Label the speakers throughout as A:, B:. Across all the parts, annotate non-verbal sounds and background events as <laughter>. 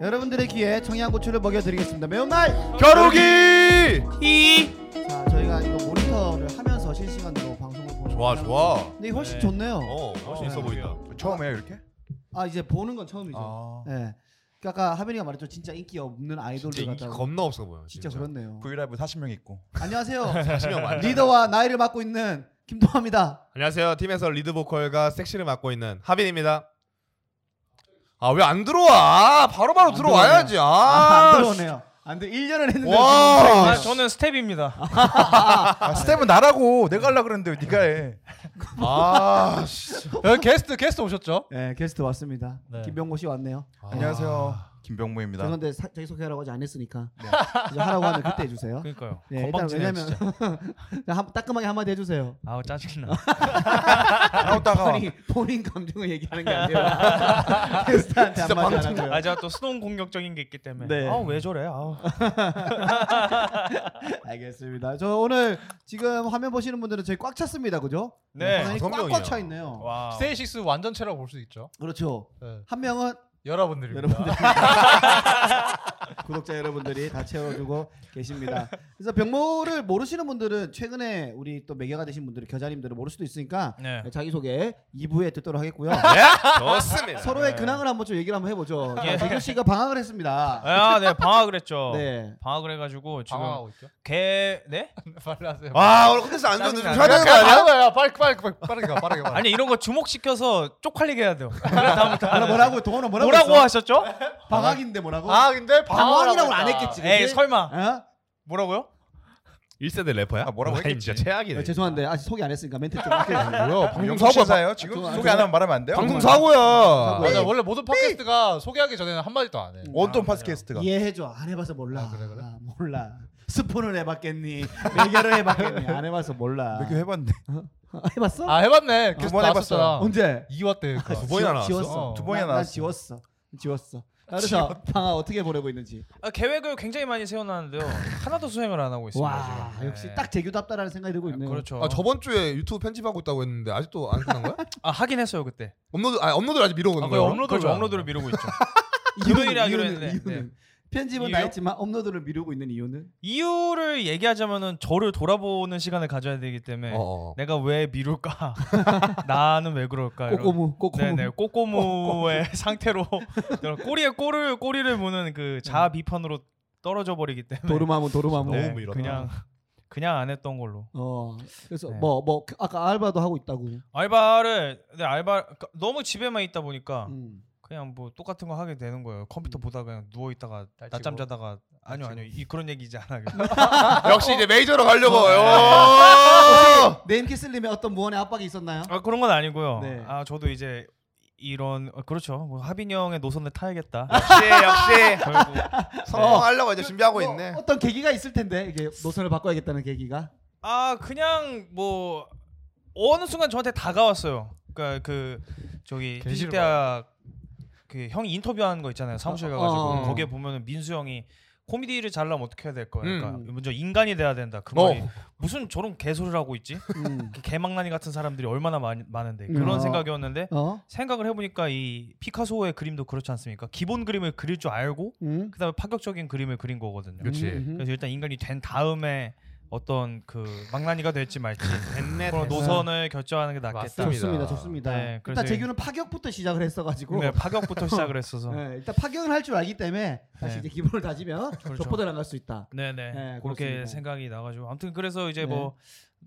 A: 여러분들의 귀에 청양고추를 먹여드리겠습니다. 매운말.
B: 겨루기
C: 히
A: 자, 저희가 이거 모니터를 하면서 실시간으로 방송을 보는.
B: 좋아
A: 거잖아요.
B: 좋아
A: 근데 이게 훨씬
C: 네.
A: 좋네요.
B: 어 훨씬 있어 보인다
D: 처음에 이렇게?
E: 네.
A: 아 이제 보는 건 처음이죠.
D: 아.
A: 네. 그러니까 아까 하빈이가 말했죠. 진짜 인기 없는 아이돌들
B: 진짜 인기
A: 같다.
B: 겁나 없어 보여
A: 진짜 그렇네요.
D: 브이라이브 40명 있고.
A: 안녕하세요.
B: 자신감 완전.
A: 리더와 나이를 맡고 있는 김동아입니다.
B: 안녕하세요 팀에서 리드 보컬과 섹시를 맡고 있는 하빈입니다 아 왜 안 들어와 바로바로
A: 안
B: 들어와야지 아,
A: 아, 안 들어오네요. 안 돼. 1년을 했는데. 지금
B: 와.
C: 아,
A: 들어오네요.
C: 저는 스텝입니다.
E: 네.
D: 아, 스텝은 나라고 내가 하려 그랬는데 왜 네가 해.
B: 아, 씨.
A: 어,
C: 여기 게스트 게스트 오셨죠?
A: 네, 게스트 왔습니다.
C: 네.
A: 김병고 씨 왔네요.
E: 아.
D: 안녕하세요. 김병무입니다.
A: 그런데 사, 자기 소개하라고 하지 않았으니까 이제 하라고 하면 그때 해주세요.
C: 그러니까요.
A: 네, 일단
C: 건방지네
A: 왜냐면
C: 진짜.
A: <laughs> 한, 따끔하게 한마디 해주세요.
C: 아우 짜증나.
D: 나오다가
A: 본인, 본인 감정을 얘기하는 게 아니라 <laughs>
C: <laughs>
A: 게스트한테
B: 진짜
A: 한마디 하라고요.
C: 아 제가 또 수동 공격적인 게 있기 때문에.
A: 네.
C: 아우 왜 저래? 아우.
A: 알겠습니다. 저 오늘 지금 화면 보시는 분들은 저희 꽉 찼습니다, 그죠?
C: 네.
A: 화면이
B: 다섯 명이에요.
A: 꽉꽉 차 있네요.
C: 와.
E: <laughs> 스테이식스 완전체라고 볼 수 있죠.
A: 그렇죠.
E: 네.
A: 한 명은
C: 네.
E: 여러분들입니다.
C: <laughs>
E: <laughs>
A: 여러분들 구독자 여러분들이 다 채워주고 계십니다. 그래서 병모를 모르시는 분들은 최근에 우리 또 매개가 되신 분들이 겨자님들을 모를 수도 있으니까
C: 네.
A: 자기 소개 2부에 듣도록 하겠고요.
B: 예? 좋습니다
A: 서로의
C: 네.
A: 근황을 한번 좀 얘기를 한번 해보죠.
C: 예.
A: 재규 씨가 방학을 했습니다.
C: 아, 네 방학을 했죠.
A: 네.
C: 방학을 해가지고 지금
E: 방황하고 있죠. <laughs>
C: 개 네?
E: 빨리 하세요.
B: 아 오늘 컨텐츠 안 좋은데 좀
C: 짜증나.
B: 쉬어야 되는 거
E: 그냥
B: 아니야?
E: 가는 거야. 빨리 빨리 빨리 빠르게 가.
D: 어.
E: 빠르게 가.
C: 아니 이런 거 주목시켜서 쪽팔리게 해야 돼요. 그래야 다음부터
A: 아, 뭐라고 동원아 뭐라고?
C: 뭐라고
A: 했어?
C: 하셨죠?
A: 방학인데 뭐라고?
E: 아 근데
A: 방황이라고는
E: 방황이라고
A: 안
E: 했다.
A: 했겠지.
C: 에이
A: 그치?
C: 설마
A: 어?
C: 뭐라고요?
B: 1세대 래퍼야?
D: 아, 뭐라고
B: 와,
D: 했겠지.
B: 진짜 최악이네
A: 네, 죄송한데 아직 소개 안 했으니까 멘트 좀 할게요.
B: 예.
D: 뭐야?
E: 아,
D: 방송
B: 사고야,
D: 사고사예요? 지금
A: 아,
D: 소개 안 하면 말하면 안 돼요?
B: 방송
A: 네.
B: 사고야
E: 맞아 원래 모든 팟캐스트가 소개하기 전에는 한 마디도 안 해.
D: 원톤 팟캐스트가.
E: 예.
A: 이해해줘. 안 해봐서 몰라.
E: 아, 그래, 그래?
A: 아, 몰라. 스폰을 해봤겠니? 매결을 해봤겠니? 안 해봐서 몰라.
D: 몇개 해봤는데
A: 아, 해봤어?
E: 아 해봤네. 계속
D: 두번 해봤어요.
E: 나왔었잖아.
A: 언제?
E: 2화 때. 그거.
B: 두 번이나 나왔어.
A: 지웠어.
D: 두 아, 번이나
A: 난- 난
D: 나왔어.
A: 지웠어. 지웠어. 나 그래서 방학 어떻게 보내고 있는지.
C: 아, 계획을 굉장히 많이 세워놨는데요. 하나도 수행을 안 하고 있습니다.
A: 와
C: 지금.
A: 역시
C: 네.
A: 딱 재규답다라는 생각이 들고 있네요.
C: 그렇죠.
B: 아 저번 주에 유튜브 편집하고 있다고 했는데 아직도 안 끝난 거야?
C: 아 하긴 했어요 그때.
B: 업로드 아니 업로드를 아직 미뤄고
C: 아,
B: 있는
C: 거의
B: 거야?
C: 업로드를
E: 그렇죠.
C: 업로드를 미루고 있죠.
A: 이유는-
C: 금요일에 하기로
A: 이유는-
C: 했는데, 네.
A: 이유는. 편집은
C: 이유요?
A: 나 했지만 업로드를 미루고 있는 이유는
C: 이유를 얘기하자면은 저를 돌아보는 시간을 가져야 되기 때문에
B: 어, 어.
C: 내가 왜 미룰까? 나는 왜 그럴까? 이런-
A: 꼬꼬무 꼬꼬무.
C: 네네 꼬꼬무의 상태로 이런 꼬리에 꼬를 꼬리를 무는 그 자아 비판으로 떨어져 버리기 때문에
A: 도루마무 도루마무.
B: 너무
C: 네,
B: 밀었다.
C: 그냥 그냥 안 했던 걸로
A: 어 그래서
C: 네.
A: 뭐 뭐 아까 알바도 하고 있다고.
C: 알바를 근데 알바 그러니까 너무 집에만 있다 보니까
A: 음.
C: 그냥 뭐 똑같은 거 하게 되는 거예요 컴퓨터 보다가 그냥 누워 있다가
E: 날치고.
C: 낮잠 자다가 아니요 아니요 이 그런 얘기 이제 안 하게
B: 역시 이제 메이저로 가려고
D: 어, 예.
A: 네임캐슬님의 어떤 무언의 압박이 있었나요?
C: 아 그런 건 아니고요
A: 네.
C: 아 저도 이제 이런 어, 그렇죠 뭐 하빈 이 형의 노선을 타야겠다
B: 역시 역시
C: 결국
B: 어.
D: <laughs>
B: 성공하려고 이제 준비하고
A: 뭐
B: 있네
A: 어떤 계기가 있을 텐데 이게 노선을 바꿔야겠다는 계기가.
C: 아 그냥 뭐 어느 순간 저한테 다가왔어요. 그러니까 그 저기
E: 게시를
C: 대학 그 형이 인터뷰하는 거 있잖아요. 사무실
A: 어,
C: 가가지고
A: 어, 어.
C: 거기에 보면은 민수 형이 코미디를 잘하면 어떻게 해야 될 거야.
B: 음.
C: 그러니까 먼저 인간이 돼야 된다. 그
B: 어.
C: 말이 무슨 저런 개소리를 하고 있지? 그
A: 음.
C: 개망나니 같은 사람들이 얼마나 많, 많은데
A: 음.
C: 그런
A: 어.
C: 생각이었는데
A: 어?
C: 생각을 해보니까 이 피카소의 그림도 그렇지 않습니까? 기본 그림을 그릴 줄 알고
A: 음.
C: 그다음에 파격적인 그림을 그린 거거든요.
B: 그치.
A: 음, 음.
C: 그래서 일단 인간이 된 다음에 어떤 그 망나니가 될지
A: <laughs>
C: 말지
B: 됐네
C: 그런 노선을 결정하는 게 낫겠다.
B: 맞습니다.
A: 좋습니다, 좋습니다.
C: 네,
A: 일단
C: 그래서
A: 재규는 파격부터 시작을 했어가지고
C: 네, 파격부터 시작을 했어서.
A: 네, 일단 파격을 할 줄 알기 때문에 다시
C: 네.
A: 이제 기본을 다지면
C: 그렇죠.
A: 족보다 나갈 수 있다.
C: 네, 네.
A: 네,
C: 그렇게
A: 그렇습니다.
C: 생각이 나가지고 아무튼 그래서
A: 네.
C: 이제 뭐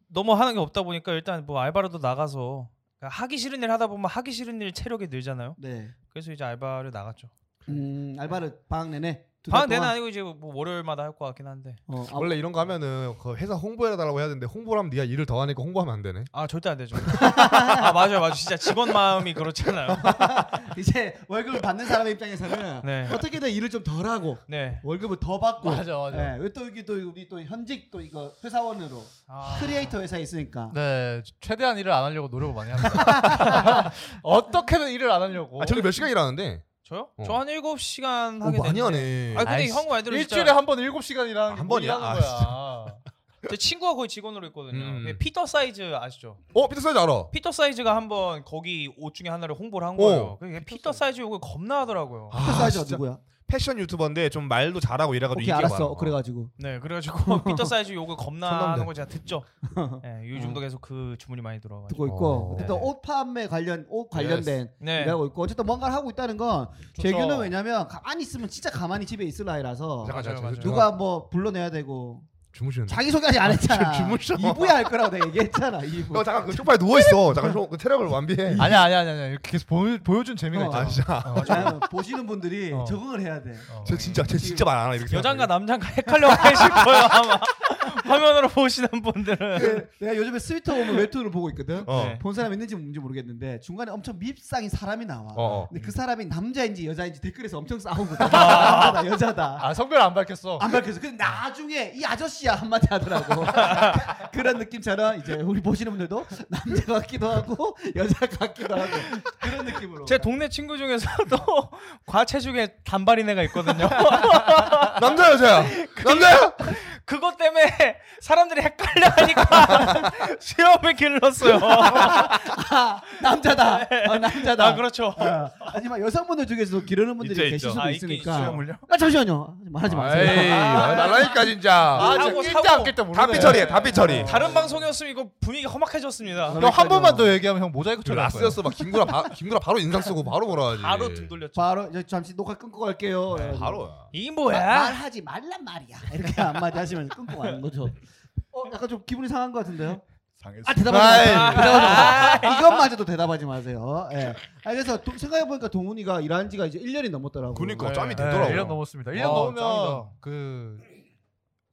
C: 너무 하는 게 없다 보니까 일단 뭐 알바라도 나가서 그러니까 하기 싫은 일 하다 보면 하기 싫은 일 체력이 늘잖아요.
A: 네,
C: 그래서 이제 알바를 나갔죠.
A: 음, 알바를 방학 내내 두달
C: 그렇죠. 방학 내는
A: 동안-
C: 아니고 이제 뭐 월요일마다 할 것 같긴 한데.
A: 어, 아,
B: 원래 이런 거 하면은 그 회사 홍보해달라고 해야 되는데 홍보를 하면 네가 일을 더 하니까 홍보하면 안 되네
C: 아 절대 안 되죠. <laughs> 아 맞아요, 맞아요. 진짜 직원 마음이 그렇잖아요.
A: <laughs> 이제 월급을 받는 사람의 입장에서는
C: <laughs> 네.
A: 어떻게든 일을 좀 덜하고
C: 네.
A: 월급을 더 받고
E: 맞아 맞아.
A: 네, 또 여기 또 우리 또 현직 또 이거 회사원으로
C: 아,
A: 크리에이터 회사에 있으니까
E: 네 최대한 일을 안 하려고 노력을 많이
D: <laughs>
E: 합니다. 어떻게든 일을 안 하려고.
B: 아 저기 몇 시간 일하는데
C: 저요?
B: 어.
C: 저 한 7시간
B: 오,
C: 하게
B: 많이
C: 됐는데.
B: 하네
C: 아 근데
E: 아이씨,
C: 형 말대로 진짜
E: 일주일에 한 번 일곱 시간 일하는
B: 한
E: 한 번이야.
B: 번이야?
C: 아.
E: 일하는 거야.
C: 제 친구가 거의 직원으로 있거든요.
B: 음.
C: 근데 피터 사이즈 아시죠?
B: 어? 피터 사이즈 알아
C: 피터 사이즈가 한번 거기 옷 중에 하나를 홍보를 한
B: 오.
C: 거예요. 그게 피터 사이즈 욕을 겁나 하더라고요.
A: 아. 회사 사이즈가 누구야?
D: 패션 유튜버인데 좀 말도 잘하고 이래가지고
A: 오케이
D: 인기가
A: 알았어.
D: 많아.
A: 그래가지고
C: 네, 그래가지고 피터 사이즈 요거 겁나 하는
D: 천남대.
C: 거 제가 듣죠. 네, 요즘도 계속 그 주문이 많이 들어와가지고.
A: 듣고 있고
F: 어.
A: 어쨌든 옷 판매 관련 옷 관련된
C: 네,
A: 일을 하고 있고 어쨌든 뭔가를 하고 있다는 건
B: 좋죠.
A: 재규는 왜냐면 가만히 있으면 진짜 가만히 집에 있을 나이라서
D: 잠깐
B: 맞아요,
D: 잠깐
B: 맞아요.
A: 누가 뭐 불러내야 되고
D: 주무시는.
A: 자기 소개까지 안 했잖아.
D: 음. 주무셔.
A: 2부에 할 거라고 내가 얘기했잖아. 2부.
D: 너
B: 어,
D: 잠깐 그 쪽팔 누워 있어. 잠깐 좀, 그 체력을 완비해.
B: 아니야 아니야 아니야 아니야. 이렇게 계속 보여, 보여준 재미가
A: 어.
B: 있잖아.
D: 아 진짜.
B: 어, 맞아.
A: 왜냐면 보시는 분들이
B: 어.
A: 적응을 해야 돼.
B: 어.
D: 쟤 진짜 쟤 진짜 말 안 하. 이렇게
C: 여장과 남장과 헷갈려 하실 거예요 아마 <laughs> 화면으로 보시는 분들은.
A: 그 내가 요즘에 스위터 오면 웹툰을 보고 있거든.
D: 생각해. 어.
C: 네.
A: 본 사람 있는지 뭔지 모르겠는데 중간에 엄청 밉상인 사람이 나와.
D: 어. 아. 어.
A: 근데 그 사람이 남자인지 여자인지 댓글에서 엄청 싸우고 남자다 여자다
B: 아 성별 안 밝혔어.
A: 안 밝혀서 근데 나중에 이 아저씨야 한마디 하더라고 <laughs> 그런 느낌처럼 이제 우리 보시는 분들도 남자 같기도 하고 여자 같기도 하고 그런 느낌으로
C: 제 동네 친구 중에서도 <laughs> 과체중에 단발인 애가 있거든요. <laughs>
A: 아,
D: 남자 여자야. 남자야.
C: 그것 때문에 사람들이 헷갈려 하니까 <laughs> 수염을 길렀어요.
A: 아, 남자다 아, 남자다
C: 아 그렇죠.
A: 아, 하지만 여성분들 중에서도 기르는 분들이
D: 있죠,
A: 계신
D: 있죠.
A: 수도
C: 아, 있긴
A: 있으니까
F: 수염을요?
A: 아, 잠시만요 말하지
D: 에이,
A: 마세요
D: 날라니까 진짜.
B: 아
C: 사고,
B: 진짜 낄때
C: 사고.
B: 안 낄때 모르네.
D: 답비 처리해. 답비 처리.
C: 다른 방송이었으면 이거 분위기 험악해졌습니다.
B: 형한 번만 더 얘기하면 형 모자이크
D: 저
B: 처리.
D: 라스였어 막 김구라 바, 김구라 바로 인상 쓰고 바로 몰아야지.
C: 바로 등 돌렸죠.
A: 바로 이제 잠시 녹화 끊고 갈게요 예.
D: 네,
A: 그래가지고.
D: 바로야.
C: 이
A: 마-
C: 뭐야?
A: 말하지 말란 말이야. <laughs> 이렇게 한마디 하시면 끊고 가는 거죠. 어, 약간 좀 기분이 상한 것 같은데요?
F: 상했어.
A: 아, 대답하지
D: 아이.
A: 마세요. 대답하지 마세요. 이것마저도 대답하지 마세요. 예. 아, 그래서 도- 생각해보니까 동훈이가 일한 지가 이제 1년이 넘었더라고요.
D: 그니까
B: 네.
D: 짬이
B: 네, 1년
D: 되더라고.
B: 넘었습니다. 1년
D: 어,
B: 넘으면
D: 짱이다.
B: 그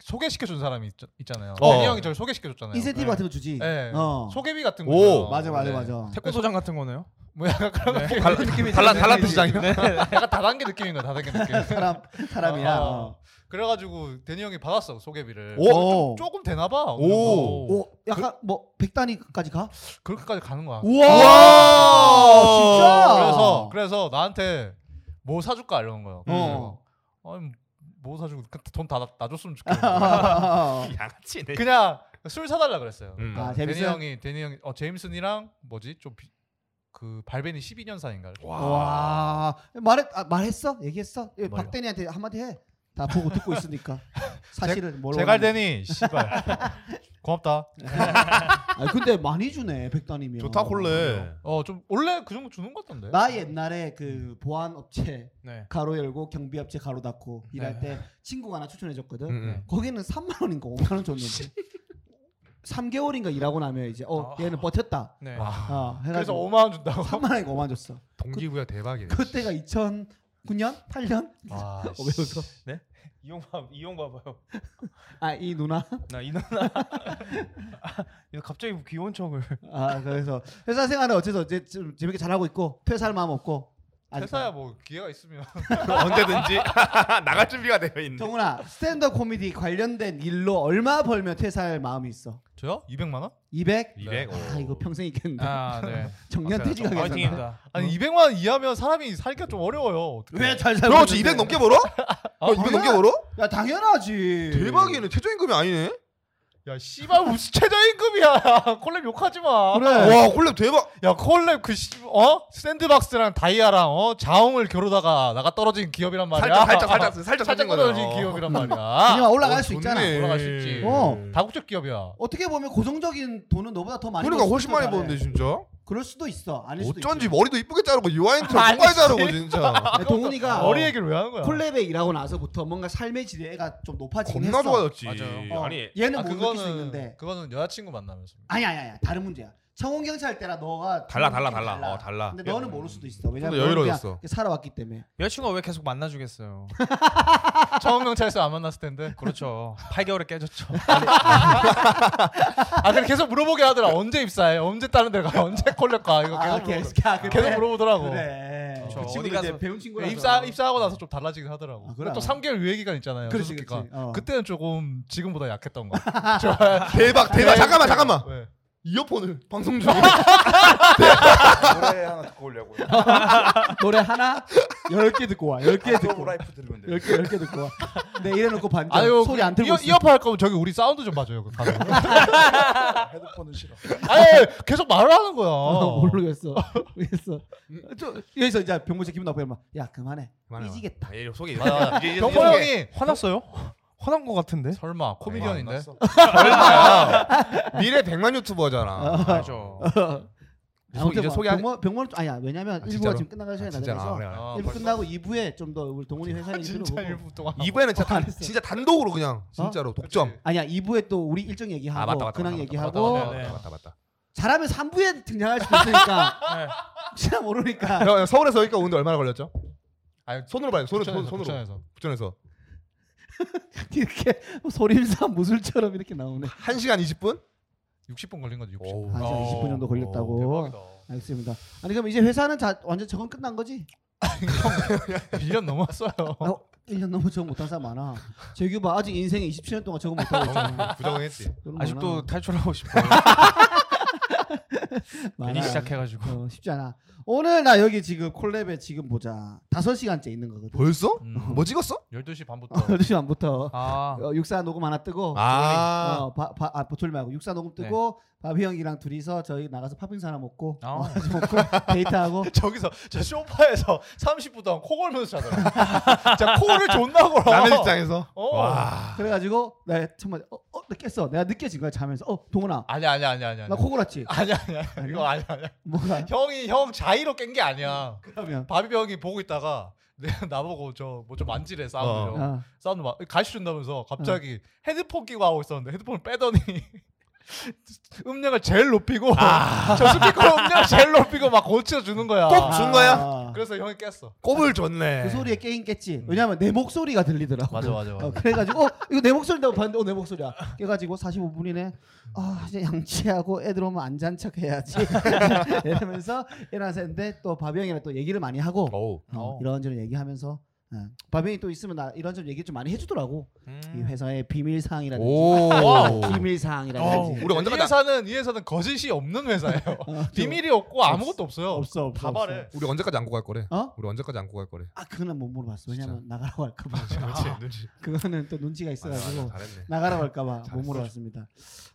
B: 소개시켜 준 사람이 있, 있잖아요.
D: 어.
B: 대니 형이 저를 소개시켜 줬잖아요.
D: 예.
A: 인센티브 같은 거 주지.
B: 네.
A: 어.
B: 소개비 같은 거.
D: 오.
A: 맞아, 맞아, 맞아.
C: 태권도장 같은 거네요.
B: 뭐 약간 그런
C: 네.
B: 느낌.
D: 달라 달라 달라 뜻이장이야.
C: <laughs>
B: 약간 다단계 느낌인 거야. 다단계 느낌.
A: 사람, 사람이야.
D: 아.
B: 어,
A: 어.
B: 그래가지고 대니 형이 받았어 소개비를.
D: 오.
A: 오.
B: 조금 되나 봐. 어느
D: 오.
B: 정도.
A: 오, 약간 뭐, 백단위까지 가?
B: 그렇게까지 가는 거야.
D: 아,
A: 진짜?
B: 그래서 그래서 나한테 뭐 사줄까 이러는 거예요.
D: 음.
A: 어.
B: 어. 아니 뭐 사주고 돈다 놔줬으면
D: <laughs>
B: 좋겠어.
A: <laughs> 아,
D: 양아치네.
B: 그냥 술 사달라 그랬어요.
D: 음.
A: 아,
B: 데니
A: 재밌어요?
B: 형이 데니 형이 어 제임슨이랑 뭐지 좀 그 발베니 12년사인가.
A: 와 말했 아, 말했어 얘기했어 예,
B: 뭘요?
A: 박대니한테 한마디 해 다 보고 듣고 있으니까 사실은 뭘
B: 제갈
A: 원하는지.
B: 데니 씨발 <laughs> 고맙다.
A: 아 근데 많이 주네 백단이면
D: 좋다 콜레.
B: 어 좀 원래 그 정도 주는 것 같던데.
A: 나 옛날에 그 보안 업체
C: 네.
A: 가로 열고 경비 업체 가로 닫고 일할
C: 네.
A: 때 친구가 하나 추천해 줬거든
D: 음,
A: 거기는 3만 원인가 5만 원 줬는데 3개월인가 일하고 나면 이제 어
C: 아.
A: 얘는 버텼다
C: 네.
D: 아,
A: 어,
B: 그래서
A: 해가지고
B: 5만 원 준다고.
A: 3만 원인가 5만 원 줬어
D: 동기부여 대박이네.
A: 그때가 2009년 8년
B: 아,
A: 어, 왜 웃어
C: 이용 봐 이용 봐봐요.
A: 아 이 누나
C: 나 이나나. <laughs> 갑자기 귀여운 척을.
A: 아 그래서 회사 생활은 어째서 이제 좀 재밌게 잘하고 있고 퇴사할 마음 없고 아직
B: 회사야 뭐 기회가 있으면.
D: 언제든지 아, 나갈 준비가 되어 있는.
A: 정훈아 스탠드업 코미디 관련된 일로 얼마 벌면 퇴사할 마음이 있어?
B: 저요? 200만 원?
A: 200?
D: 200.
A: 아 이거 평생 있겠는데
C: 아 <laughs> 네.
A: 정년 퇴직하겠는데
C: 파이팅입니다.
B: 아니 200만 원 이하면 사람이 살기가 좀 어려워요. 어떻게?
A: 왜잘 살고
D: 너 지금 200 넘게 벌어? 너 200 넘게 벌어?
A: 야 당연하지
D: 예. 대박이네. 최저임금이 아니네.
B: 야 씨발 무슨 최저임금이야. 콜랩 욕하지 마.
A: 그래
D: 와 콜랩 대박.
B: 야 콜랩 그어 샌드박스랑 다이아랑 어 자웅을 겨루다가 나가 떨어진 기업이란 말이야.
D: 살짝 살짝 살짝 아, 살짝
B: <laughs>
D: 아,
B: 살짝
D: 살짝
B: 떨어진 기업이란 말이야.
A: 그냥 올라갈
D: 어,
A: 수 있잖아
B: 올라갈 수 있지.
A: 어.
B: 다국적 기업이야.
A: 어떻게 보면 고정적인 돈은 너보다 더 많이
D: 그러니까
A: 벌
D: 훨씬
A: 수도
D: 많이
A: 있잖아.
D: 버는데 진짜.
A: 그럴 수도 있어 아닐 수도
D: 어쩐지 뭐.
A: 있지.
D: 머리도 이쁘게 자르고 <laughs> 유아인처럼 똑같이 자르고 <laughs> 아, 진짜.
A: 근데 동훈이가
B: 머리
D: 그러니까.
B: 얘기를 왜 하는 거야?
A: 아, 어. 콜랩에 일하고 나서부터 뭔가 삶의 지대가 좀 높아지긴
D: 겁나
A: 했어
D: 좋아졌지.
B: 맞아요.
A: 어,
D: 아니
A: 얘는
B: 아,
A: 못 느낄 수 있는데
B: 그거는 그거는 여자친구 만나면서.
A: 아니 아니 아니 다른 문제야. 청원경 찰 때라 너가
D: 달라
A: 청원경 찰
D: 달라 달라. 어 달라.
A: 근데 너는 모를 수도 있어. 왜냐면
D: 좀더
A: 너는 그냥
D: 여유로워졌어.
A: 살아왔기 때문에.
C: 여자친구가 왜 계속 만나주겠어요?
B: 처음 경찰서 안 만났을 텐데.
C: 그렇죠. 8개월에 깨졌죠.
B: 아 근데 계속 물어보게 하더라. 언제 입사해? 언제 다른 데 가? 언제 콜랩 가? 이거 계속
A: 아,
B: 물어보-
A: 계속 아, 그래.
B: 계속 물어보더라고.
A: 그래.
C: 그쵸.
A: 그 친구도
C: 어디 가서
A: 이제 배운
B: 네,
A: 친구라.
B: 입사 입사하고 나서 좀 달라지긴 하더라고.
A: 아, 그래?
B: 그리고 또 3개월 유예 기간 있잖아요.
A: 그렇지,
B: 수습 기간.
A: 그렇지. 어.
B: 그때는 조금 지금보다 약했던 거.
A: 아,
D: 대박 대박. 아, 잠깐만 잠깐만.
B: 네.
G: 이어폰을 방송 중에
H: 노래 하나 듣고 오려고.
A: 노래 하나 열 개 듣고 와. 열
D: 아,
A: 개 듣고.
H: 라이프 들으면 돼.
A: 열개 열 개 듣고 와. 네 이래놓고 반전.
B: 아유 그
A: 소리 안 틀고
B: 이어,
A: 있어.
B: 이어폰 할 거면 저기 우리 사운드 좀 봐줘요. 그 가서.
H: 헤드폰은 싫어.
B: 아니 계속 말을 하는 거야.
A: 어, 모르겠어. 모르겠어. 저 여기서 이제 병모씨 기분 나쁘게 막야 그만해.
D: 그만해.
A: 삐지겠다.
D: 아, 얘 속에
B: 맞아.
D: 이제- 이제
B: 병모
D: 속에-
B: 형이
C: 화났어요? 화난 것 같은데.
B: 설마 코미디언인데?
D: 아, 얼마야? 미래 100만 유튜버잖아.
C: 맞아.
D: 속- 이제
A: 막
D: 소개 안-
A: 뭐 병모 병모는 좀- 아니야 왜냐면
D: 아,
A: 일부가
D: 진짜로?
A: 지금 끝나가 시간이
D: 진짜 아,
A: 나서
D: 그래.
B: 아,
A: 1부 끝나고 2부에 좀 더 우리
D: 아,
A: 동훈이 회사 얘기를
B: 진짜
A: 보고
B: 일부 동안.
D: 이번에는 진짜,
A: 어,
D: 단,
A: 알았어.
D: 진짜 단독으로 그냥 진짜로 독점.
A: 아니야 2부에 또 우리 일정 얘기하고
D: 아 맞다 맞다.
A: 근황
D: 맞다, 맞다,
A: 얘기하고
D: 맞다,
C: 네.
D: 맞다 맞다 맞다.
A: 잘하면 3부에 등장할 수도 있으니까 <laughs>
C: 네.
A: 혹시나 모르니까 <laughs>
D: 형, 서울에서 여기까지 오는데 얼마나 걸렸죠? 아니 손으로 봐요. 손으로 손,
B: 부천에서,
D: 손으로. 부천에서
B: 부천에서.
A: 이렇게 뭐 소림산 무술처럼 이렇게 나오네.
D: 1시간 20분?
B: 60분 걸린 거지 60분.
D: 오.
A: 아, 진짜
D: 어.
A: 20분 정도 걸렸다고. 알겠습니다. 아니 그럼 이제 회사는 자, 완전 적응 끝난 거지?
B: 1년 넘었어요.
A: 어, 1년 넘어 적응 못한 사람 많아. 재규 봐 아직 인생에 27년 동안 적응 못하고 있잖아.
D: 부정은 했지.
A: 그런 거
C: 아직도 탈출하고 싶어.
A: 많아.
C: 괜히
A: 많아.
C: 시작해가지고.
A: 어, 쉽지 않아. 오늘 나 여기 지금 콜랩에 지금 보자. 5시간째 있는 거거든.
D: 벌써?
B: 음,
D: 뭐 찍었어?
B: 12시
A: <laughs>
B: 반부터.
A: 12시 반부터
C: 아.
A: 어, 육사 녹음 하나 뜨고
D: 아.
A: 어, 바, 바, 아, 보톨 말고 육사 녹음 뜨고 바비 형이랑 둘이서 저희 나가서 팥빙수 하나 먹고
C: 아.
A: 어, 같이 먹고 <laughs> 데이트하고
B: <laughs> 저기서 저 쇼파에서 30분 동안 코 걸면서 자더라. 진짜 코를 존나 걸어.
D: 남의 직장에서.
B: 어.
D: 와.
A: 그래가지고 나 정말 어, 어, 나 깼어 내가 느껴진 거야 자면서 어 동훈아
B: 아니 아니 아니 아니 아니.
A: 나 코골았지
B: <laughs> 아니 아니 아니. 이거 아니 아니. <laughs>
A: 뭐가
B: 형이 형 자의로 깬 게 아니야.
A: 그러면
B: 바비 형이 보고 있다가 내가 <laughs> 나보고 저 뭐 좀 만지래 사운드로.
A: 어.
B: 사운드 막 가시 준다면서 갑자기
D: 어.
B: 헤드폰 끼고 하고 있었는데 헤드폰을 빼더니 <laughs> 음량을 제일 높이고 <laughs> 저 스피커 음량 제일 높이고 막 고쳐 주는 어, 거야.
D: 아. 꼭 준 거야?
A: 아.
B: 그래서 형이 깼어.
D: 꼽을 줬네.
A: 그 소리에 게임 깼지 왜냐면 내 목소리가 들리더라고
B: 맞아, 맞아, 맞아.
A: 어, 그래가지고 어 이거 내 목소리라고 봤는데 어 내 목소리야 깨가지고 45분이네 아 이제 양치하고 애들 오면 안 잔 척 해야지 <laughs> 이러면서 일어나서 했는데 또 바비 형이랑 또 얘기를 많이 하고
D: 어우.
A: 어,
B: 어.
A: 이런저런 얘기하면서 예. 바비 형이 또 있으면 나 이런저런 얘기 좀 많이 해주더라고 이 회사의 비밀 사항이라든지
D: 오.
A: 비밀
B: 어우,
A: 사항이라든지
D: 우리 언제
B: 이
D: 가자.
B: 회사는 이 회사는 거짓이 <laughs> 없는 회사예요.
A: 어, 좀
B: 비밀이 없고 아무것도 없어요.
A: 없어 없어
B: 다
A: 없어.
B: 말해.
D: 우리 언제까지 안고 갈 거래?
A: 어?
D: 우리 언제까지 안고 갈 거래?
A: 아 그거는 못 물어봤어 왜냐면 나가라고 할까봐
C: 아.
D: 눈치 눈치.
A: <laughs> 그거는 또 눈치가 있어가지고
D: 아, 잘했네.
A: 나가라고 할까봐 못
D: 잘했어.
A: 물어봤습니다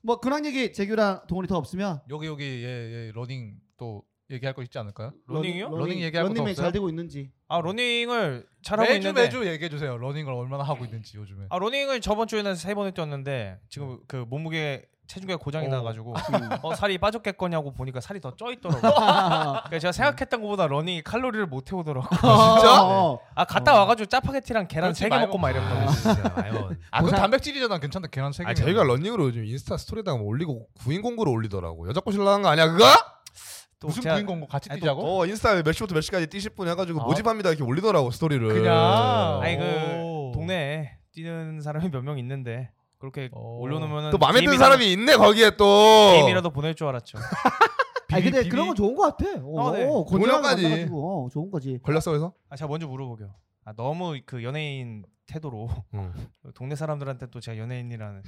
A: 뭐 근황 얘기 재규랑 동훈이 더 없으면
B: 여기 여기 예예 러닝 또 얘기할 거 있지 않을까요?
C: 러닝이요?
B: 러닝 얘기할 것도
A: 러닝맨 잘
B: 없어요?
A: 되고 있는지
C: 아 러닝을 잘하고
B: 매주
C: 있는데.
B: 매주 얘기해 주세요. 러닝을 얼마나 하고 있는지 요즘에.
C: 아 러닝을 저번 주에는 세 번을 뛰었는데 지금 그 몸무게 체중계가 고장이
B: 오.
C: 나가지고 어 살이 빠졌겠거냐고 보니까 살이 더 쪄
A: 어.
C: 있더라고.
A: 아,
C: 그러니까 제가 생각했던 것보다 러닝이 칼로리를 못 태우더라고.
A: 진짜?
C: 아 갔다 와가지고 짜파게티랑 계란
B: 그렇지,
C: 세 개
B: 말고.
C: 먹고 막 이랬거든.
D: 아, 진짜 아이언.
B: 아, 그
A: 보상-
B: 단백질이잖아. 괜찮다. 계란 세 개.
D: 아 저희가 런닝으로 요즘 인스타 스토리에다가 뭐 올리고 구인 공고를 올리더라고. 여자 꼬실라는 거 아니야 그거?
C: 또
B: 무슨
C: 제가-
B: 부인 공고 같이
C: 아니, 또-
B: 뛰자고?
D: 어 인스타에 몇 시부터 몇 시까지 뛰실 분 해가지고
B: 아.
D: 모집합니다 이렇게 올리더라고 스토리를. 어.
B: 그냥
C: 아니 그
B: 오.
C: 동네에 뛰는 사람이 몇 명 있는데 그렇게
B: 오.
C: 올려놓으면
D: 또 마음에 드는 사람이 있네 거기에 또.
C: 게임이라도 보낼 줄 알았죠.
A: 아니 근데
B: 비비-
A: 그런 건 좋은 거 같아 어,
C: 아, 네.
A: 어, 건전하게
D: 동료까지.
A: 만나가지고, 어, 좋은 거지
D: 걸렸어 그래서?
C: 아 제가 먼저 물어보게요. 아 너무 그 연예인 태도로 <laughs>
D: 응.
C: 동네 사람들한테 또 제가 연예인이라는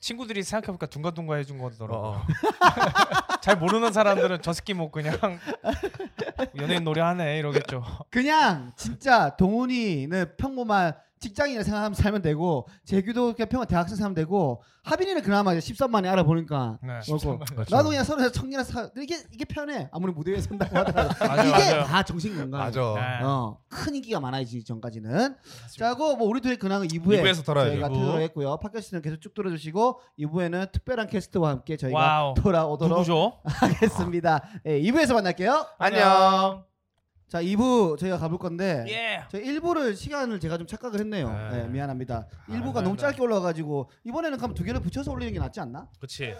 C: 친구들이 생각해보니까 둥가둥가 해준 거더라고.
D: 어,
C: 요잘 모르는 사람들은 저 새끼 뭐 그냥 <laughs> 연예인 노래하네 이러겠죠.
A: 그냥 진짜 동훈이는 평범한 직장인을 생각하면 살면 되고 재규도 그냥 평범한 대학생 살면 되고 하빈이는 그나마 13만에 알아보니까
C: 네.
A: 그렇고.
D: 그렇죠.
A: 나도 그냥 서른 살 청년에 사 이게 이게 편해 아무리 무대에 선다고 하더라도
C: <laughs> 맞아요,
A: 이게
C: 맞아요.
A: 다 정신 건강
D: 맞아.
C: 네.
A: 어큰 인기가 많아지기 전까지는 자고 뭐 우리 둘의 근황은 2부에
D: 2부에서
A: 저희가
D: 털어야죠.
A: 토론을 했고요 팟캐스트는 계속 쭉 들어주시고 2부에는 특별한 게스트와 함께 저희가
C: 와우.
A: 돌아오도록
C: 누구죠?
A: 하겠습니다 예, 2부에서 만날게요
D: 안녕.
A: 자 2부 저희가 가볼 건데
C: 예.
A: 저 1부를 시간을 제가 좀 착각을 했네요.
D: 네.
A: 네, 미안합니다. 1부가 너무 짧게 올라가지고 이번에는 그럼 두 개를 붙여서 올리는 게 낫지 않나?
D: 그렇지.
A: 네,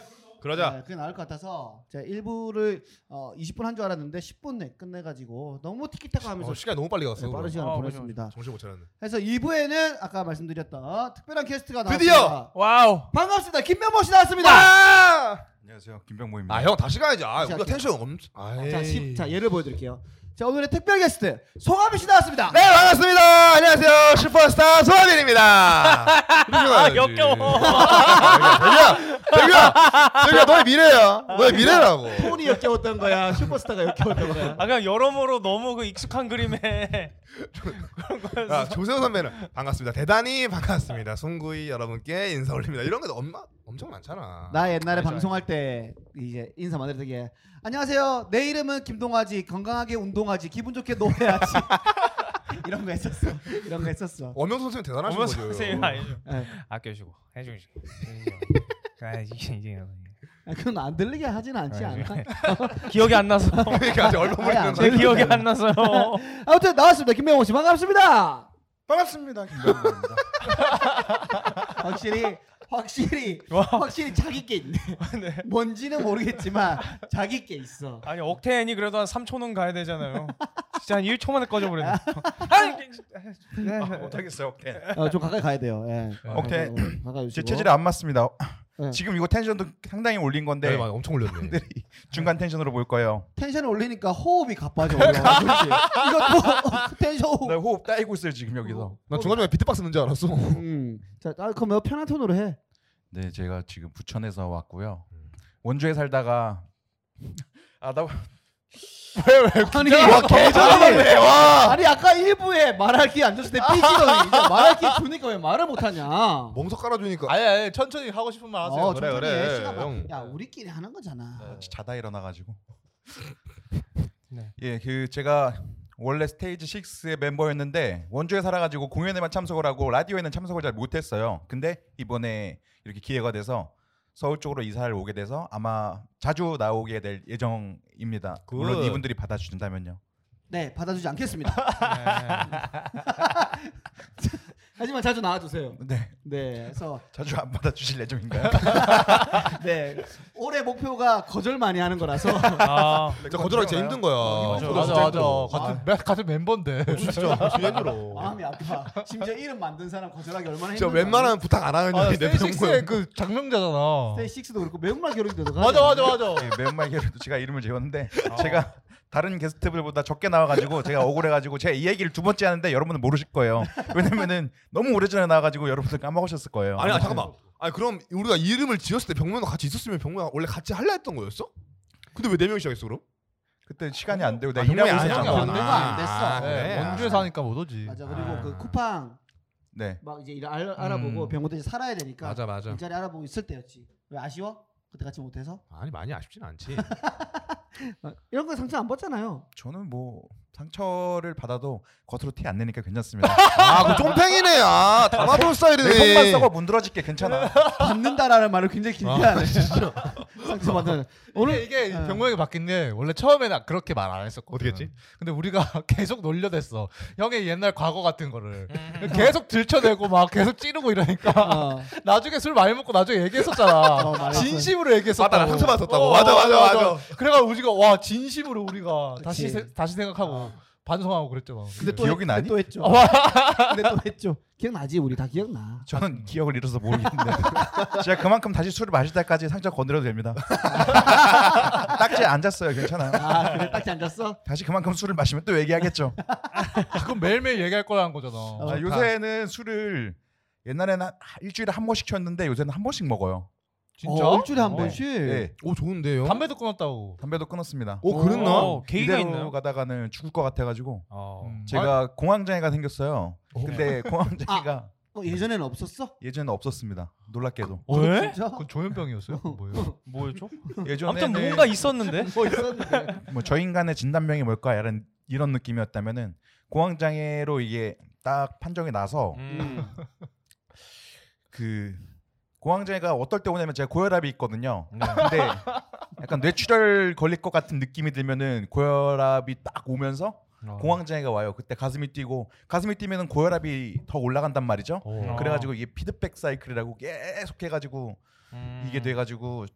A: 그게 나을 것 같아서 제가 1부를 어, 20분 한 줄 알았는데 10분 내 끝내가지고 너무 티키타카 하면서
D: 어, 시간이 너무 빨리 갔어.
A: 네, 빠른 시간
C: 아,
A: 보냈습니다.
D: 정신 못 차렸네.
A: 그래서 2부에는 아까 말씀드렸던 특별한 게스트가
D: 드디어!
A: 나왔습니다.
C: 와우.
A: 반갑습니다. 김명보 씨 나왔습니다.
D: 아!
H: 안녕하세요. 김병모입니다.
D: 아형 다시 가야지. 아
A: 다시
D: 우리가
A: 할게.
D: 텐션 엄청. 아이.
A: 자, 10, 자 예를 보여드릴게요. 자 오늘의 특별 게스트 송하빈 씨 나왔습니다.
D: 네 반갑습니다. 안녕하세요 슈퍼스타 소아빈입니다. 이렇게
B: 살아야지.
I: 아, 역겨워.
B: 아, 대규야, 대규야, 대규야, 너의 미래야. 너의
D: 아,
B: 미래라고.
A: 폰이 역겨웠던 거야. 슈퍼스타가 역겨웠던 거야.
I: 아 그냥 여러모로 너무 그 익숙한 그림에
B: 아, 조세호 선배는 반갑습니다. 대단히 반갑습니다. 송구이 여러분께 인사 올립니다. 이런 게 엄마 엄청 많잖아.
A: 나 옛날에 방송할 때 이제 인사 만들 때게 안녕하세요. 내 이름은 김동아지. 건강하게 운동하지. 기분 좋게 노래하지. <laughs> 이런 거 했었어. 이런 거 했었어.
B: 엄영 선생님 대단하신
I: 보면서
B: 거죠.
I: 선생님 아니죠.
A: 예.
C: 아껴주고 해주시고. 아 이게 이게
A: 아, 그건 안 들리게 하진 않지
C: 아,
A: 않나?
C: <laughs>
I: 기억이 안 나서
B: 그러니까 아직 얼굴
A: 아니, 안
B: 보이는
A: 돼.
I: 제
B: 거.
I: 기억이 안 나서요.
A: 아무튼 나왔습니다. 김명호 씨 반갑습니다.
D: 반갑습니다. 김병호입니다.
A: <laughs> 확실히 확실히 확실히 자기 게 있네. 뭔지는 모르겠지만 자기 게
C: <laughs>
A: 있어.
I: 아니 억텐이 그래도 한 3초는 가야 되잖아요. 진짜 한 1초 만에 꺼져버렸네.
D: 못하겠어요. 억텐.
A: 어, 좀 가까이 가야 돼요. 예.
D: 억텐.
A: 어, 가까이
D: 제
A: 오시고.
D: 체질에 안 맞습니다.
A: 네.
D: 지금 이거 텐션도 상당히 올린
B: 네,
D: 건데
B: 맞아. 엄청 올렸네.
D: 중간 텐션으로 볼 거예요.
A: 텐션을 올리니까 호흡이 가빠져. 올라와. 그렇지. 이것도 <laughs> 텐션 호흡.
D: 나 네, 호흡 따이고 있어요 지금 여기서.
B: 난 중간중간 비트박스 넣는 줄 알았어.
A: 음. 자, 아, 그럼 편한 톤으로 해.
D: 네, 제가 지금 부천에서 왔고요.
B: 음.
D: 원주에 살다가 <laughs> 아나
A: 아니,
B: 개전이네. 와.
A: 아니 아까 일부에 말하기 앉았을 때 삐지더니 이제 말하기 주니까 왜 말을 못하냐?
B: 몸서 깔아주니까.
E: 아니 아니 천천히 하고 싶은 말 하세요.
A: 어,
B: 뭐 그래,
A: 천천히
B: 그래,
A: 해. 시간
B: 형.
A: 많- 야, 우리끼리 하는 거잖아.
D: 자다 일어나가지고.
C: 네.
D: 예, 그 제가 원래 스테이지 6의 멤버였는데 원주에 살아가지고 공연에만 참석을 하고 라디오에는 참석을 잘 못했어요. 근데 이번에 이렇게 기회가 돼서 서울 쪽으로 이사를 오게 돼서 아마 자주 나오게 될 예정입니다. 물론
B: 굿.
D: 이분들이 받아주신다면요.
A: 네, 받아주지 않겠습니다.
C: 네.
A: 하지만 자주 나와 주세요.
D: 네,
A: 네. 그래서
D: 자주 안 받아주실
B: <laughs>
D: 예정인가요?
A: 네. 올해 목표가 거절 많이 하는 거라서
I: 아,
B: 진짜 네, 거절하기 진짜 힘든 거야.
E: 맞아
B: 거절하기
E: 맞아,
B: 진짜
E: 맞아.
B: 힘들어. 어,
E: 같은 매- 같은 멤버인데.
B: 진짜 그 진짜 힘들어.
A: 마음이 아파. 심지어 이름 만든 사람 거절하기 얼마나 힘들어.
B: 진짜 웬만하면 부탁 안 하는
E: 아,
B: 형이 내 병고야.
E: 스테이식스의 그 장명자잖아.
A: 스테이 6도 그렇고 매운맛 겨루기도
E: 맞아 맞아 맞아.
D: 예, 매운말 계로도 제가 이름을 지웠는데 제가 다른 게스트들보다 적게 나와가지고 제가 억울해가지고 제가 이 얘기를 두 번째 하는데 여러분은 모르실 거예요. 왜냐면은 너무 오래전에 나와가지고 여러분들 까먹으셨을 거예요.
B: 아니, 아
D: 아무튼
B: 잠깐만. 아니 그럼 우리가 이름을 지었을 때 병문호 같이 있었으면 병문호 원래 같이 할라 했던 거였어? 근데 왜 네 명이 시작했어 그럼?
D: 그때 네, 시간이 안 되고
B: 아,
D: 내가
B: 형이
D: 일하고
B: 안
D: 있었잖아.
A: 했잖아. 안 되고 안 됐어.
B: 아,
E: 네,
B: 그래.
E: 원주에 사니까 못 오지.
A: 맞아. 그리고
B: 아.
A: 그 쿠팡
D: 네.
A: 막 이제 일 알, 알아보고
B: 음.
A: 병원도 이제 살아야 되니까
B: 맞아 맞아.
A: 일자리 알아보고 있을 때였지. 왜 아쉬워? 그때 같이 못해서
B: 아니 많이 아쉽진 않지.
A: 어, 이런 거 상처 안 받잖아요.
D: 저는 뭐 상처를 받아도 겉으로 티 안 내니까 괜찮습니다.
B: 아그 쫑팽이네. 아 담아볼 스타일이네. 네.
D: 내 속만 썩어 문드러질게 괜찮아.
A: 받는다라는 말을 굉장히 길게 하네. 상처 받는.
E: 오늘 이게
A: 어.
E: 병모형이 바뀐 게 원래 처음에는 그렇게 말 안 했었거든.
B: 어떻게 했지?
E: 근데 우리가 <laughs> 계속 놀려댔어. 형의 옛날 과거 같은 거를
B: 음.
E: 계속 들춰내고 막 계속 찌르고
B: 아.
E: 이러니까
A: 어.
E: <laughs> 나중에 술 많이 먹고 나중에 얘기했었잖아.
A: 어, 말했어.
E: 진심으로 얘기했었다고. 어,
B: 맞다, 나 상처 받았었다고. 맞아, 맞아, 맞아.
E: 그래가 우리가 와 진심으로 우리가 다시
A: 그치. 어.
E: 세- 다시 생각하고 반성하고 그랬죠. 막.
A: 근데 또
D: 기억이
A: 했-
D: 나니?
A: 또 했죠. 근데 또 했죠. 기억나지? 우리 다 기억나.
D: 저는 기억을 잃어서 모르겠는데 <laughs> 제가 그만큼 다시 술을 마실 때까지 상처 건드려도 됩니다. <laughs> 딱지에 앉았어요. 괜찮아요.
A: 아 그래 딱지 앉았어?
D: 다시 그만큼 술을 마시면 또 얘기하겠죠.
E: 아, 그건 매일매일 얘기할 거라는 거잖아.
A: 어,
D: 아, 요새는 술을 옛날에는 한- 일주일에 한 번씩 쳤는데 요새는 한 번씩 먹어요.
E: 진짜?
A: 어, 일주일에 한
E: 어.
A: 번씩.
D: 예,
B: 오 좋은데요.
E: 담배도 끊었다고.
D: 담배도 끊었습니다.
B: 오 그랬나?
I: 어, 계기가
D: 이대로
I: 있나요?
D: 가다가는 죽을 것 같아가지고
I: 어.
E: 음.
D: 제가 공황장애가 생겼어요.
I: <laughs>
D: 근데
I: 아.
D: 공황장애가
A: 어, 예전에는 없었어?
D: 예전에는 없었습니다. 놀랍게도
A: 어?
I: 왜?
C: 네?
A: 진짜?
E: 그건 조현병이었어요? 그건 뭐예요?
B: <laughs>
I: 뭐였죠? 아무튼
D: 예전에는
I: 뭔가 있었는데.
A: 뭐 있었는데.
D: 뭐저 인간의 진단명이 뭘까 이런 이런 느낌이었다면은 공황장애로 이게 딱 판정이 나서
A: 음.
D: 그 공황장애가 어떨 때 오냐면 제가 고혈압이 있거든요. 근데 약간 뇌출혈 걸릴 것 같은 느낌이 들면은 고혈압이 딱 오면서 공황장애가 와요. 그때 가슴이 뛰고 가슴이 뛰면은 고혈압이 더 올라간단 말이죠.
I: 어.
D: 그래가지고 이게 피드백 사이클이라고 계속 해가지고 음.
C: 음.
D: 이게 돼가지고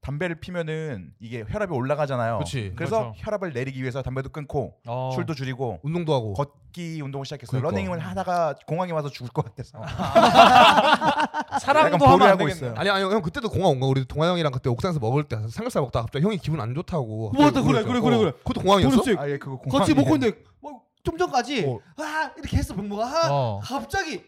D: 담배를 피면은 이게 혈압이 올라가잖아요.
B: 그치.
D: 래서
I: 그렇죠.
D: 혈압을 내리기 위해서 담배도 끊고
C: 음.
I: 어.
D: 술도 줄이고
B: 운동도 하고.
D: 걷기 운동을 시작했어요.
B: 그러니까.
D: 러닝을 하다가 공항에 와서 죽을 것 같아서
C: 아,
I: 사랑도
D: 약간
I: 하면 안
D: 보류하고
I: 되겠네.
D: 있어요.
B: 아니 아니 형 그때도 공항 온 거. 우리 동아 형이랑 그때 옥상에서 먹을 때 삼겹살 먹다가 갑자기 형이 기분 안 좋다고.
A: 맞다,
B: 갑자기
A: 그래,
B: 그랬죠.
A: 그래, 그래,
B: 어. 그것도 공항이었어?
A: 도대체
D: 아예 그거 공항
A: 같이 먹고 있는데 뭐, 좀 전까지
B: 어.
A: 아 이렇게 했어 병모가 아,
E: 어.
A: 갑자기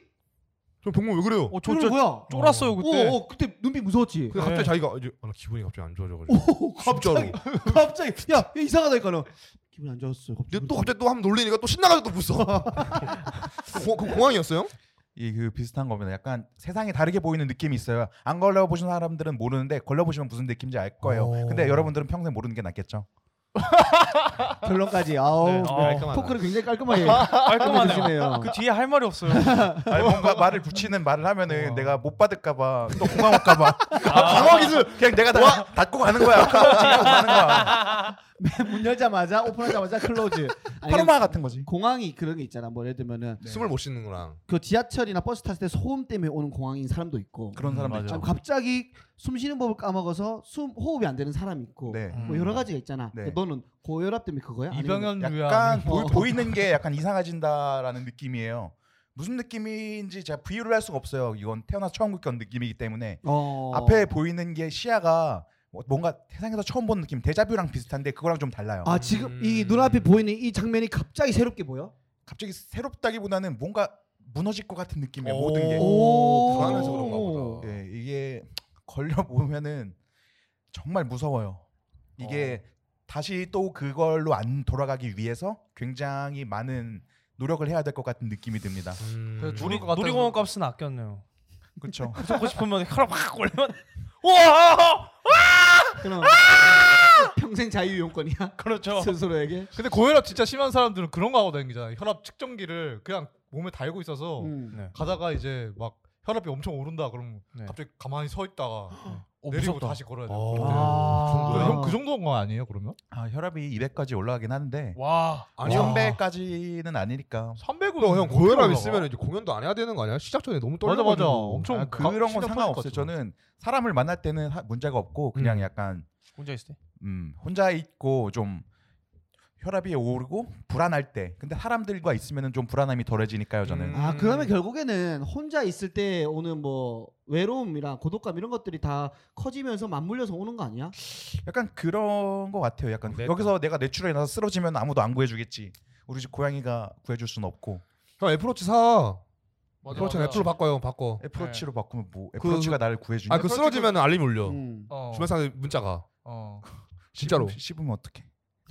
B: 저 병모 왜 그래요?
C: 어, 저, 저,
A: 그러고요.
C: 쫄았어요 그때.
A: 어, 어, 그때 눈빛 무서웠지.
B: 근데
E: 네.
B: 갑자기 자기가 이제 아, 나 기분이 갑자기 안
E: 어,
B: 좋아져가지고
A: 오, 갑자기, <laughs> 갑자기, 야, 야, 이상하다니까는 기분 안 좋았어요.
B: 근데 또 갑자기 또 한번 놀리니까 또 신나가지고 또
E: <laughs>
B: 붙어. 그 공항이었어요?
D: 이 그 비슷한 겁니다. 약간 세상이 다르게 보이는 느낌이 있어요. 안 걸려보신 사람들은 모르는데 걸려보시면 무슨 느낌인지 알 거예요.
B: 오.
A: 어.
D: 근데 여러분들은 평생 모르는 게 낫겠죠.
A: 결론까지. 아우,
C: 네,
A: 네, 아,
C: 어,
A: 토크를 굉장히 깔끔하게 <laughs>
C: 깔끔하네.
A: 해주시네요.
C: 그 뒤에 할 말이 없어요.
D: 아니,
A: <laughs>
D: 뭔가 말을 굳히는 말을 하면은 내가 못 받을까봐 또
A: <laughs>
D: 고마울까봐
A: 아.
B: 방어 기술
D: 그냥 내가
A: 뭐?
D: 다 닫고 가는 거야. 닫고
A: <laughs>
D: 가는 거야.
A: 문 열자마자 오픈하자마자 클로즈. <laughs> 아니,
D: 파르마 같은 거지.
A: 공항이 그런 게 있잖아. 뭐 예를 들면은
B: 네. 숨을 못 쉬는 거랑
A: 그 지하철이나 버스 탔을 때 소음 때문에 오는 공항인 사람도 있고.
D: 그런 사람들
A: 아니,
D: 있죠.
A: 갑자기 숨 쉬는 법을 까먹어서 숨 호흡이 안 되는 사람 있고.
D: 네.
A: 뭐 여러 가지가 있잖아.
D: 네.
A: 너는 고혈압 때문에 그거야? 아니면
E: 이병현
D: 약간
E: 유양
D: 보,
A: 어.
D: 보이는
A: <laughs>
D: 게 약간 이상해진다라는 느낌이에요. 무슨 느낌인지 제가 비유를 할 수가 없어요. 이건 태어나서 처음 겪은 느낌이기 때문에
A: 어...
D: 앞에 보이는 게 시야가 뭐- 뭔가 세상에서 처음 본 느낌 데자뷰랑 비슷한데 그거랑 좀 달라요.
A: 아 지금 이 눈앞에 보이는 이 장면이 갑자기 새롭게 보여?
D: 갑자기 새롭다기보다는 뭔가 무너질 것 같은 느낌이에요.
B: 오.
D: 모든 게.
A: 오. 아!
B: 불안해서 그런가 보다.
D: 예, 이게 걸려 보면은 정말 무서워요. 이게
B: 어.
D: 다시 또 그걸로 안 돌아가기 위해서 굉장히 많은 노력을 해야 될 것 같은 느낌이 듭니다.
B: 음...
E: 죽을
C: 놀이,
E: 것 같아서.
C: 놀이공원 값은 아꼈네요.
B: <laughs>
D: 그렇죠.
C: 쏘고 싶으면 하루 확 올리면 우와
A: 그럼 평생 자유용권이야
C: 그렇죠.
A: <laughs> 스스로에게.
E: 근데 고혈압 진짜 심한 사람들은 그런 거 하고 다니잖아요 혈압 측정기를 그냥 몸에 달고 있어서
A: 음.
C: 네.
E: 가다가 이제 막 혈압이 엄청 오른다 그럼
C: 네.
E: 갑자기 가만히 서 있다가
C: 어,
E: 내리고
C: 무섭다.
E: 다시 걸어야 돼.
B: 어.
A: 아.
E: 그 형, 그 정도인 거 아니에요 그러면?
D: 아, 혈압이 200까지 올라가긴 하는데
C: 와
B: 아니요.
D: 1000배까지는 아니니까
E: 300은
B: 형, 형 고혈압 있으면 이제 공연도 안 해야 되는 거 아니야? 시작 전에 너무
E: 뭐 맞아
B: 떨려.
E: 맞아 엄청
D: 아, 그런 건 상관없어요. 저는 사람을 만날 때는 하- 문제가 없고 그냥
B: 음.
D: 약간
C: 혼자 있을 때.
D: 음, 혼자 있고 좀 혈압이 오르고 불안할 때. 근데 사람들과 있으면은 좀 불안함이 덜해지니까요, 저는.
B: 음.
A: 아 그러면 결국에는 혼자 있을 때 오는 뭐 외로움이랑 고독감 이런 것들이 다 커지면서 맞물려서 오는 거 아니야?
D: 약간 그런 것 같아요. 약간
C: 내가-
D: 여기서 내가 내추럴에 나서 쓰러지면 아무도 안 구해주겠지. 우리 집 고양이가 구해줄 수는 없고
B: 형 애플워치 사.
I: 맞아,
B: 애플워치는
I: 맞아.
B: 애플로 바꿔요. 바꿔.
D: 애플워치로 음. 바꾸면 뭐 애플워치가 나를 구해주냐?
B: 아 그 쓰러지면 알림 울려.
A: 음.
I: 어.
B: 주변 사람 문자가.
I: 어.
B: 진짜로.
D: 씹으면- 씹으면 어떡해?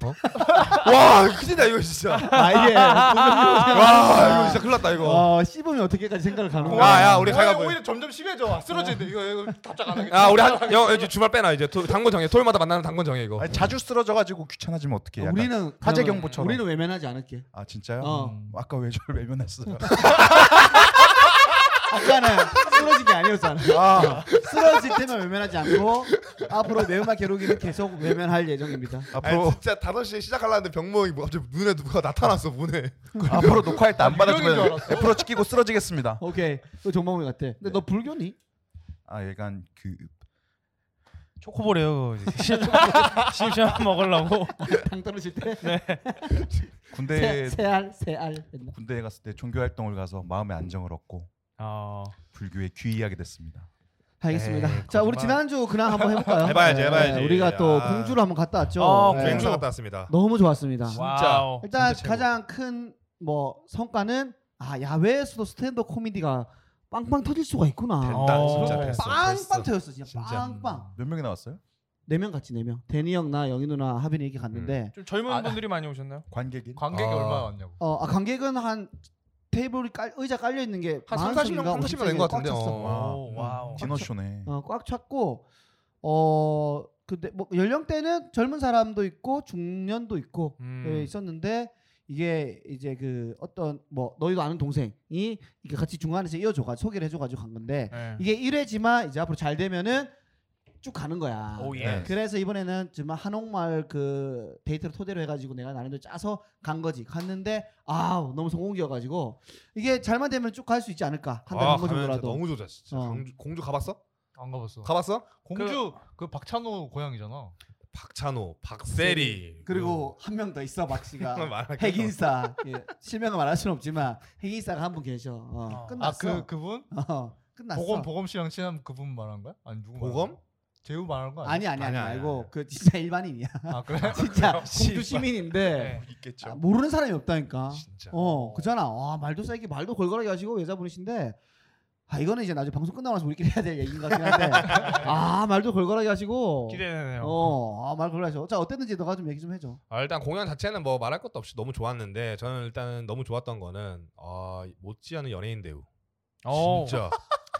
B: 와 큰일이다
A: <laughs>
B: 이거 진짜.
A: 아 이게
B: 와 이거 진짜 큰일 났다 이거.
A: 어, 씹으면 어떻게까지 생각을 가는 거야?
B: 야야 우리 가위가
E: 오히려 점점 심해져 쓰러지는데 이거, 이거 답장 안 하겠지
B: 야 우리 한형 이제 주말 빼놔 이제 토- 당권 정해 토요일마다 만나는 당권 정해 이거.
D: 아니, 자주 쓰러져가지고 귀찮아지면 어떡해? 약간.
A: 우리는
D: 화재
A: 그러면
D: 경보처럼.
A: 우리는 외면하지 않을게.
D: 아 진짜요?
A: 어.
D: 음, 아까 왜 저를 외면했어요?
A: 아까는 쓰러진 게 아니었잖아.
D: 아
A: 쓰러질 때만 외면하지 않고 앞으로 매운맛 겨루기는 계속 외면할 예정입니다.
B: 아니
D: 앞으로
B: 진짜 5시에 시작하려는데 병모이 뭐 갑자기 눈에 누가 나타났어 문에
D: 앞으로 녹화할 때 안
E: 유령인 줄
D: 받아주면
E: 알았어.
D: 애플워치 끼고 쓰러지겠습니다.
A: 오케이. 그 종범이 같아. 근데 너
B: 네.
A: 불교니?
D: 아 약간 그
C: 초코볼이에요. <laughs> 심심하면 먹으려고.
A: 당 떨어질 때?
B: 네.
A: <laughs>
D: 군대
A: 새알 새알 했나?
D: 군대에 갔을 때 종교 활동을 가서 마음의 안정을 얻고
C: 아
D: 불교에 귀의하게 됐습니다.
A: 알겠습니다. 자 우리 지난주 근황 한번 해볼까요?
B: 네, <laughs> 해봐야지,
A: 네,
B: 해봐야지.
A: 우리가 또
B: 아. 어,
A: 공주를 한번 갔다 왔죠.
C: 아,
A: 네.
B: 공주 갔다 왔습니다
A: 너무 좋았습니다.
C: 와우.
A: 일단
D: 진짜 최고.
A: 가장 큰 뭐 성과는 아 야외에서도 스탠드 코미디가 빵빵 터질 수가 있구나.
B: 됐다
C: 어.
B: 진짜 됐어
A: 빵빵
B: 됐어.
A: 터졌어 진짜,
B: 진짜.
A: 빵빵.
D: 몇 명이 나왔어요?
A: 네 명 같이 네 명. 대니 형 나 영희 누나 하빈이 이렇게
B: 음.
A: 갔는데
C: 좀 젊은
B: 네.
E: 아.
C: 분들이 많이 오셨나요?
D: 관객이
E: 관객이
B: 아.
E: 얼마나 왔냐고
A: 어, 아, 관객은 한 테이블이 깔, 의자 깔려 있는 아, 게한
B: 한 3, 40명 30명 된것 같은데 어.
D: 와.
C: 오, 와우.
D: 디너쇼네.
A: 어, 꽉 찼고 어 근데 뭐 연령대는 젊은 사람도 있고 중년도 있고
C: 음.
B: 네,
A: 예, 있었는데 이게 이제 그 어떤 뭐 너희도 아는 동생이 이게 같이 중간에서 이어줘가 소개를 해줘가지고 간 건데
C: 네.
A: 이게 1회지만 이제 앞으로 잘 되면은 쭉 가는 거야.
B: Oh,
C: 오 예.
D: 네.
A: 그래서 이번에는 정말 한옥마을 그 데이터를 토대로 해가지고 내가 나름대로 짜서 간 거지. 갔는데 아우 너무 성공이어가지고 이게 잘만 되면 쭉 갈 수 있지 않을까 한 달에
B: 아,
A: 한 번
B: 가면 진짜
A: 정도라도.
B: 너무 좋다 진짜
A: 어.
B: 공주, 공주 가봤어?
E: 안 가봤어
B: 가봤어?
E: 공주 그 박찬호 고향이잖아
B: 박찬호 박세리
A: 그리고 한 명 더 있어 박
B: <laughs>
A: 씨가
B: 말할
A: 핵인싸 예, 실명은 말할 수는 없지만 핵인싸가 한 분 계셔. 어,
C: 아,
E: 아
A: 끝났어.
E: 그 그분
A: 어, 끝났어.
E: 보검 보검 씨랑 친한 그분 말한 거야? 아니 누구 말한
B: 보검?
E: 거야? 재우 말한 거 아니야?
A: 아니 아니 아니
B: 아니야, 아니야,
A: 말고
B: 아니야.
A: 그 진짜 일반인이야.
B: <laughs>
E: 아 그래?
A: 진짜 공주 시민인데
C: 네.
A: 아,
D: 있겠죠.
A: 모르는 사람이 없다니까.
B: 진짜
A: 어, 그잖아. 아, 말도 세게 말도 걸걸하게 하시고 여자분이신데 아 이거는 이제 나중에 방송 끝나고 나서 우리끼리 해야 될 얘기인 것 같긴 한데 아 말도 걸걸하게 하시고
C: 기대되네요.
A: 어아말 걸걸하게 하셔 자 어땠는지 너가 좀 얘기 좀 해줘
B: 아, 일단 공연 자체는 뭐 말할 것도 없이 너무 좋았는데 저는 일단 너무 좋았던 거는 아, 못지않은 연예인 배우.
C: 어.
E: <laughs>
B: 진짜.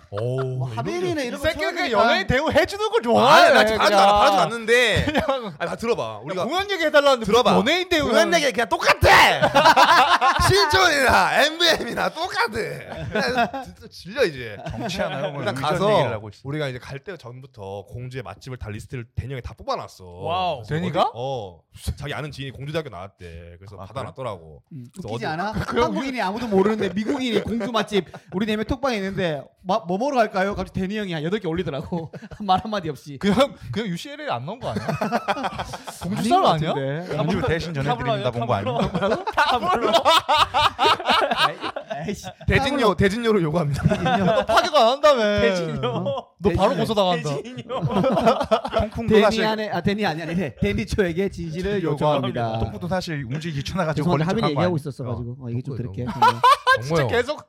B: 오.
A: 뭐 하빈이네 이런 거
E: 새끼가
A: 처음이니까.
E: 연예인 대우 해주는 걸
B: 아,
E: 좋아해.
C: 예,
B: 나 지금 바라지
E: 어, 예, 그냥.
B: 않아, 바라지 않는데. 아니, 나 들어봐. 우리가
E: 우리가 공연 얘기 해달라는데
B: 들어봐.
E: 연예인 대우
B: 공연 얘기 그냥 똑같아.
E: <laughs>
B: 신촌이나 MVM이나 똑같아. <laughs> 그냥 진짜 질려 이제.
D: 정치하나요? 오늘
B: 일단
D: 의전 얘기를
B: 가서
D: 하고 있어.
B: 우리가 이제 갈 때 전부터 공주의 맛집을 다 리스트를 대니형이 다 뽑아놨어.
C: 와우.
B: 그래서
E: 되니가?
B: 어 자기 아는 지인이 공주대학교 나왔대 그래서
D: 아,
B: 받아놨더라고
A: 음,
B: 그래서
A: 웃기지
B: 어디-
A: 않아? 한국인이 아무도 <laughs> 모르는데 미국인이 공주 맛집 우리 네명 톡방에 있는데 마, 뭐 먹으러 갈까요? 갑자기 대니 형이 한 여덟 개 올리더라고 <laughs> 말 한마디 없이
E: 그냥 그냥 UCL에 안 넣은
B: <laughs>
E: 거 아니야? 공주
A: 아닌
E: 쌀
A: 것
E: 아니야?
A: 같은데.
D: 공주 대신 전해드린다 본거 아니야?
A: <laughs>
B: <laughs>
C: <laughs>
A: 에이씨
B: 대진료 대진료로 요구합니다
E: 너 파격 안 한다며.
C: 대진요.
E: 너 바로
A: 대진요.
E: 고소당한다.
C: 대진요.
D: 통풍도
A: 데니
D: 사실 그
A: 안에 아 데니 아니 아니 데니 초에게 진실을 요구합니다.
D: 통풍도 사실 움직이기 귀찮아가지고
A: 죄송한데
D: 걸린
A: 하빈이
D: 척한 거 아니야?
A: 얘기하고 있었어가지고 어, 얘기 좀
E: 뭐,
B: 어,
A: 들을게.
B: 진짜
E: 계속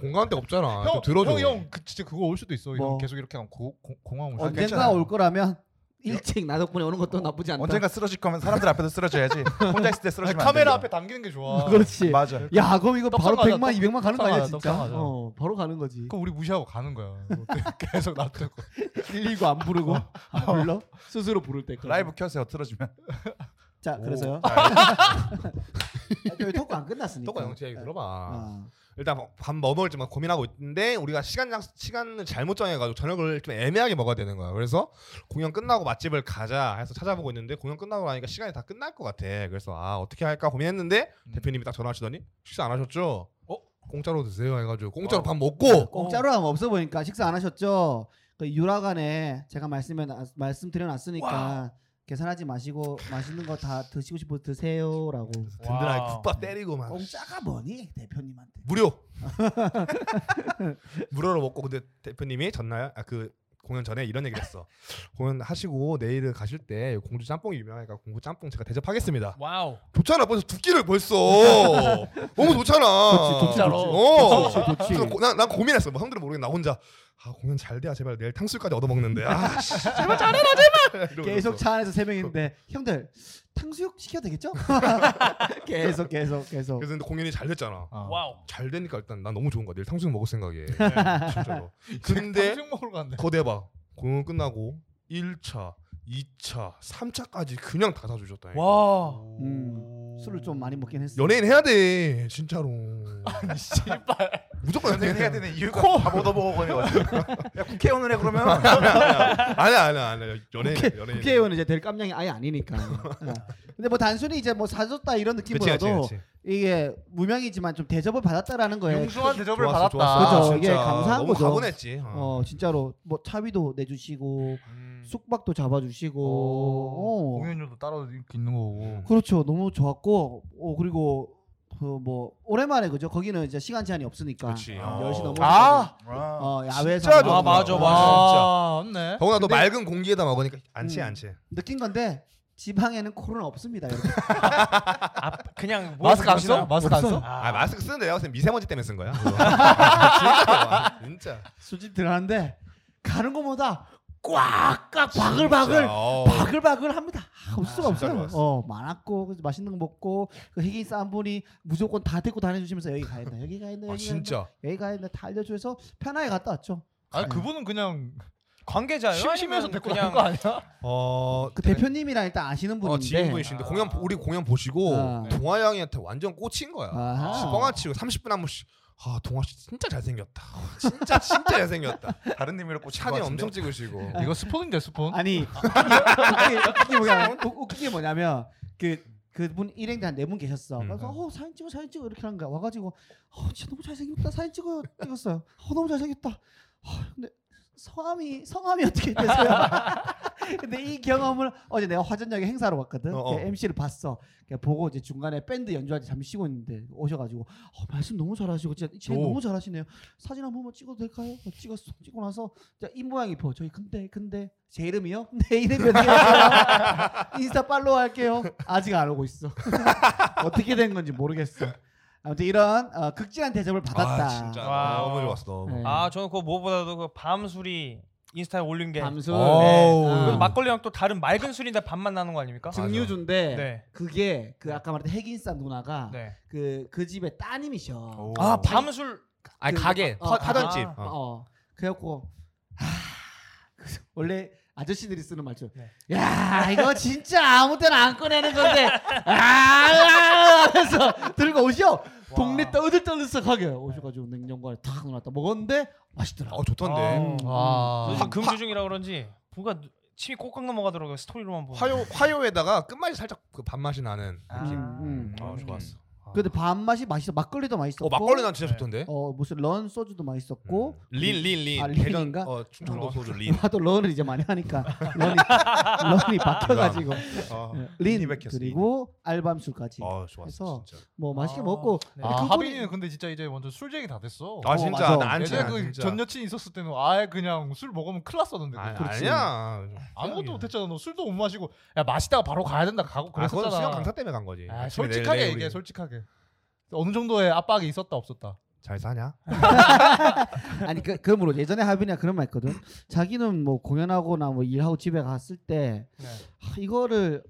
B: 공감대 없잖아
E: 형
B: 좀 들어줘
E: 형, 형 그, 진짜 그거 올 수도 있어.
A: 뭐?
E: 형 계속 이렇게 하면 고, 고, 공항 올 수도 있어.
A: 언젠가 올 거라면 일찍 나 덕분에 오는 것도 나쁘지 않다.
D: 어. 언젠가 쓰러질 거면 사람들 앞에서 쓰러져야지. 혼자 있을 때 쓰러지면 안
E: 카메라 앞에
D: 되잖아.
E: 당기는 게 좋아.
A: <laughs>
E: <laughs>
A: 그렇지.
D: 맞아.
A: 야 그럼 이거 바로
E: 떡상
A: 100만
E: 맞아,
A: 200만 가는 거 아니야
E: 떡상
A: 진짜?
E: 맞아, 떡상 맞아.
A: 어 바로 가는 거지.
E: 그럼 우리 무시하고 가는 거야.
B: <laughs>
E: 계속 놔두고.
A: 119 안 부르고
B: 어.
A: 안 불러 스스로 부를 때까지.
D: 라이브 켜세요. 틀어주면.
A: 자
B: <laughs>
A: 그래서요. 아, 저희 토크 안 끝났으니까.
B: 똑같이 형 얘기 들어봐
A: 아,
B: 일단 밥뭐 먹을지 막 고민하고 있는데 우리가 시간 약- 시간을 잘못 정해가지고 저녁을 좀 애매하게 먹어야 되는 거야. 그래서 공연 끝나고 맛집을 가자 해서 찾아보고 있는데 공연 끝나고 나니까 시간이 다 끝날 것 같아. 그래서 아 어떻게 할까 고민했는데
E: 음.
B: 대표님이 딱 전화하시더니 식사 안 하셨죠? 어 아. 공짜로 드세요 해가지고 공짜로 밥 먹고
A: 공짜로 하면 없어 보니까 식사 안 하셨죠? 그 유라간에 제가 말씀해 나- 말씀드려놨으니까 계산하지 마시고 맛있는 거 다 드시고 싶어 드세요라고.
B: 든든하게
C: 와우.
B: 국밥 때리고 막
A: 공짜가 뭐니 대표님한테?
B: 무료 <laughs> 무료로 먹고 근데 대표님이 전날 아, 그 공연 전에 이런 얘기를 했어. 공연 하시고 내일은 가실 때 공주 짬뽕이 유명하니까 공주 짬뽕 제가 대접하겠습니다.
C: 와우.
B: 좋잖아 벌써 두 끼를
A: <laughs>
B: 벌써 너무 좋잖아
A: 좋지, 좋지,
B: 어.
A: 좋지, 좋지.
B: 그래서 고- 난, 난 고민했어 뭐 형들은 모르겠나 나 혼자 아 공연 잘 돼야 제발 내일 탕수육까지 얻어먹는데 아 씨, 제발 잘해라 제발 <laughs> 이러고
A: 계속
B: 그랬어.
A: 차 안에서 세 명인데
B: 그
A: 형들 탕수육 시켜도
B: <laughs>
A: 되겠죠? 계속 계속 계속.
B: 그래서 근데 공연이 잘 됐잖아
E: 어.
D: <laughs>
C: 와우.
B: 잘 되니까 일단 난 너무 좋은 거야 내일 탕수육 먹을 생각에 진짜로 근데
E: 탕수육 먹으러 간대.
B: 거 대박 공연 끝나고 1차 2차 3차까지 그냥 다 사주셨다
C: 와.
A: 음, 술을 좀 많이 먹긴 했어.
B: 연예인 해야 돼 진짜로
E: 씨발.
B: 무조건 연예인
D: 해야
B: 해야 돼
D: 되는 이유가 밥 얻어먹어 거는 거지. 야 국회의원을 해 그러면.
B: 아니야 아니야 아니야 연예인
A: 국회,
B: 연예인
A: 국회의원은 이제 될 깜냥이 아예 아니니까. 어. 근데 뭐 단순히 이제 뭐 사줬다 이런
B: 그치 그치
A: 느낌보다도
B: 그치
A: 이게 무명이지만 좀 대접을 받았다라는 거예요.
E: 용숭한 대접을
B: 좋았어,
E: 받았다.
B: 좋았어.
A: 그죠, 이게
B: 진짜
A: 감사한
B: 너무
A: 거죠.
B: 가분했지. 어.
A: 어 진짜로 뭐 차비도 내주시고
C: 음.
A: 숙박도 잡아주시고. 어.
E: 공연료도 따로
B: 그
E: 이렇게 있는 거고.
A: 그렇죠. 너무 좋았고 어 그리고 그 뭐 오랜만에 그죠. 거기는 이제 시간 제한이 없으니까
B: 그치.
D: 아.
A: 10시 넘어.
E: 아,
D: 와.
A: 어 야외에서
E: 진짜
A: 먹는
E: 좋다.
C: 아, 맞아,
A: 거.
C: 맞아.
E: 아, 맞네.
B: 더구나 너 맑은 공기에다 먹으니까 안 취해
A: 음.
B: 안 취해.
A: 느낀 건데 지방에는 코로나 없습니다. 여러분.
C: 아, 그냥 뭐
E: 마스크 안
C: 보시나?
E: 써? 마스크 안 써?
B: 아, 마스크 쓰는데 내가 봤을 때 미세먼지 때문에 쓴 거야. 그거. 진짜. 진짜.
A: 술집 들어가는데 가는 것보다 꽉꽉 바글바글
B: 어.
A: 바글바글 합니다. 아, 없을 수가
B: 아,
A: 없어요.
B: 진짜로 왔어.
A: 어 많았고 그래서 맛있는 거 먹고 그 흑인사 한 분이 무조건 다 데리고 다녀주시면서 여기 가야 된다 여기 가야 된다
B: 아
A: 여기 가야 된다
B: 진짜.
A: 여기 가야 된다 다 알려줘서 편하게 갔다 왔죠. 네.
E: 아니 그분은 그냥
C: 관계자예요?
E: 심심해서
C: 아니면
E: 데리고
C: 그냥
E: 나온 거 아니야?
B: 어.
A: 그 대표님이랑 일단 아시는
B: 어
A: 분인데
B: 지인분이신데 공연 우리 공연 보시고
A: 아.
B: 동아 형이한테 완전 꽂힌 거야.
A: 아하.
B: 진짜 뻥아치고 30분 한 번씩. 아 동아 씨 진짜 잘생겼다.
A: 아.
B: <laughs> 진짜 진짜
A: <laughs>
B: 잘생겼다.
D: 다른 의미로 꽂힌 것
B: 사진
D: 같은데.
B: 엄청 찍으시고.
A: 아,
E: 이거 스폰인데
B: 뭐?
E: 스폰.
A: 아니
B: <laughs>
A: 웃긴 게- 웃긴 게 뭐냐 웃- 웃긴 게 뭐냐면 그 그분 일행대 한네 분 계셨어.
B: 음.
A: 그래서 어 사진 찍어 사진 찍어 이렇게 하는 거야. 와가지고 어 진짜 너무 잘생겼다 사진 찍어요 찍었어요. 어 너무 잘생겼다. 어, 근데 성함이 성함이 어떻게 되세요? <laughs> 근데 이 경험을 어제 내가 화전역에 행사로 왔거든.
B: 어, 어.
A: MC를 봤어. 그냥 그러니까 보고 이제 중간에 밴드 연주할 때 잠시 쉬고 있는데 오셔가지고 어, 말씀 너무 잘하시고 진짜 진행
E: 오.
A: 너무 잘하시네요. 사진 한 번만 찍어도 될까요? 어, 찍었어. 찍고 나서 진짜 입 모양이 보여. 저희 근데 근데 제 이름이요? <laughs> 내 이름이 어떻게 돼요? <laughs> 인스타 팔로우 할게요. 아직 안 오고 있어. 어떻게 된 건지 모르겠어. 아무튼 이런 어, 극진한 대접을 받았다.
B: 아, 진짜
C: 와.
B: 너무 좋았어. 너무.
A: 네.
C: 아 저는 그거 무엇보다도 그 밤술이 인스타에 올린 게
A: 밤술.
B: 어우.
A: 네.
C: 그 막걸리랑 또 다른 맑은 술인데 밥만 나는 거 아닙니까?
B: 맞아.
A: 증류주인데
C: 네.
A: 그게 그 아까 말했던 핵인싸 누나가
C: 네.
A: 그 그 집의 따님이셔.
C: 아 밤술
B: 아니
A: 그-
B: 가게
A: 어,
B: 파-
A: 아.
B: 파전집.
A: 어.
B: 어.
A: 그래갖고 하, 그래서 원래 아저씨들이 쓰는 말죠.
C: 네.
A: 야 이거 진짜 아무 때나 안 꺼내는 건데 아 하면서 들고 오셔. 동네 떠들떠들썩하게 오셔가지고 냉장고 안에 탁 넣어놨다 먹었는데 맛있더라.
B: 어, 좋던데.
A: 음.
E: 와.
C: 요즘 금주중이라 그런지 뭔가 침이 꼭꼭 넘어가더라고요 스토리로만 보면.
B: 화요 화요에다가 끝맛이 살짝 그 밥맛이 나는.
C: 아.
A: 음,
B: 어 좋았어.
A: 근데 밥 맛이 맛있어. 막걸리도 맛있었고.
B: 어 막걸리 난 진짜
C: 네.
B: 좋던데.
A: 어, 무슨 런 소주도 맛있었고.
B: 음. 린린린
A: 아,
B: 대전
A: 린인가?
B: 어 충청도
A: 어.
B: 소주 린.
A: 하도 런을 이제 많이 하니까 런이 런이 바뀌어가지고
D: 아,
A: 네.
B: 어,
A: 린
D: 린이 바뀌었어,
A: 그리고 알밤술까지
D: 아,
B: 어 좋았어
A: 그래서
B: 진짜.
A: 뭐 맛있게
C: 아,
A: 먹고
C: 네.
E: 아,
A: 그분이-
E: 하빈이는 근데 진짜 이제 완전 술쟁이 다 됐어.
B: 아
A: 어,
B: 진짜
A: 맞아.
B: 나안
E: 예전에
B: 친해.
E: 그 전 여친 있었을 때는 아예 그냥 술 먹으면 큰일
B: <laughs>
E: 났었는데.
B: 아,
E: 너.
B: 아니야.
E: 아무것도 못했잖아. 너 술도 못 마시고 야 마시다가 바로 가야 된다 가고
B: 아, 그건
E: 그랬었잖아.
B: 수영 강사 때문에 간 거지.
E: 아,
B: 아침에 내일-
E: 솔직하게
B: 내일
E: 얘기해
B: 우리
E: 솔직하게. 어느 정도의 압박이 있었다 없었다.
B: 잘 사냐?
A: 아니 그 그러므로 예전에 하빈이가 그런 말 했거든 자기는 뭐 공연하거나 뭐 일하고 집에 갔을 때
C: 네.
A: 아, 이거를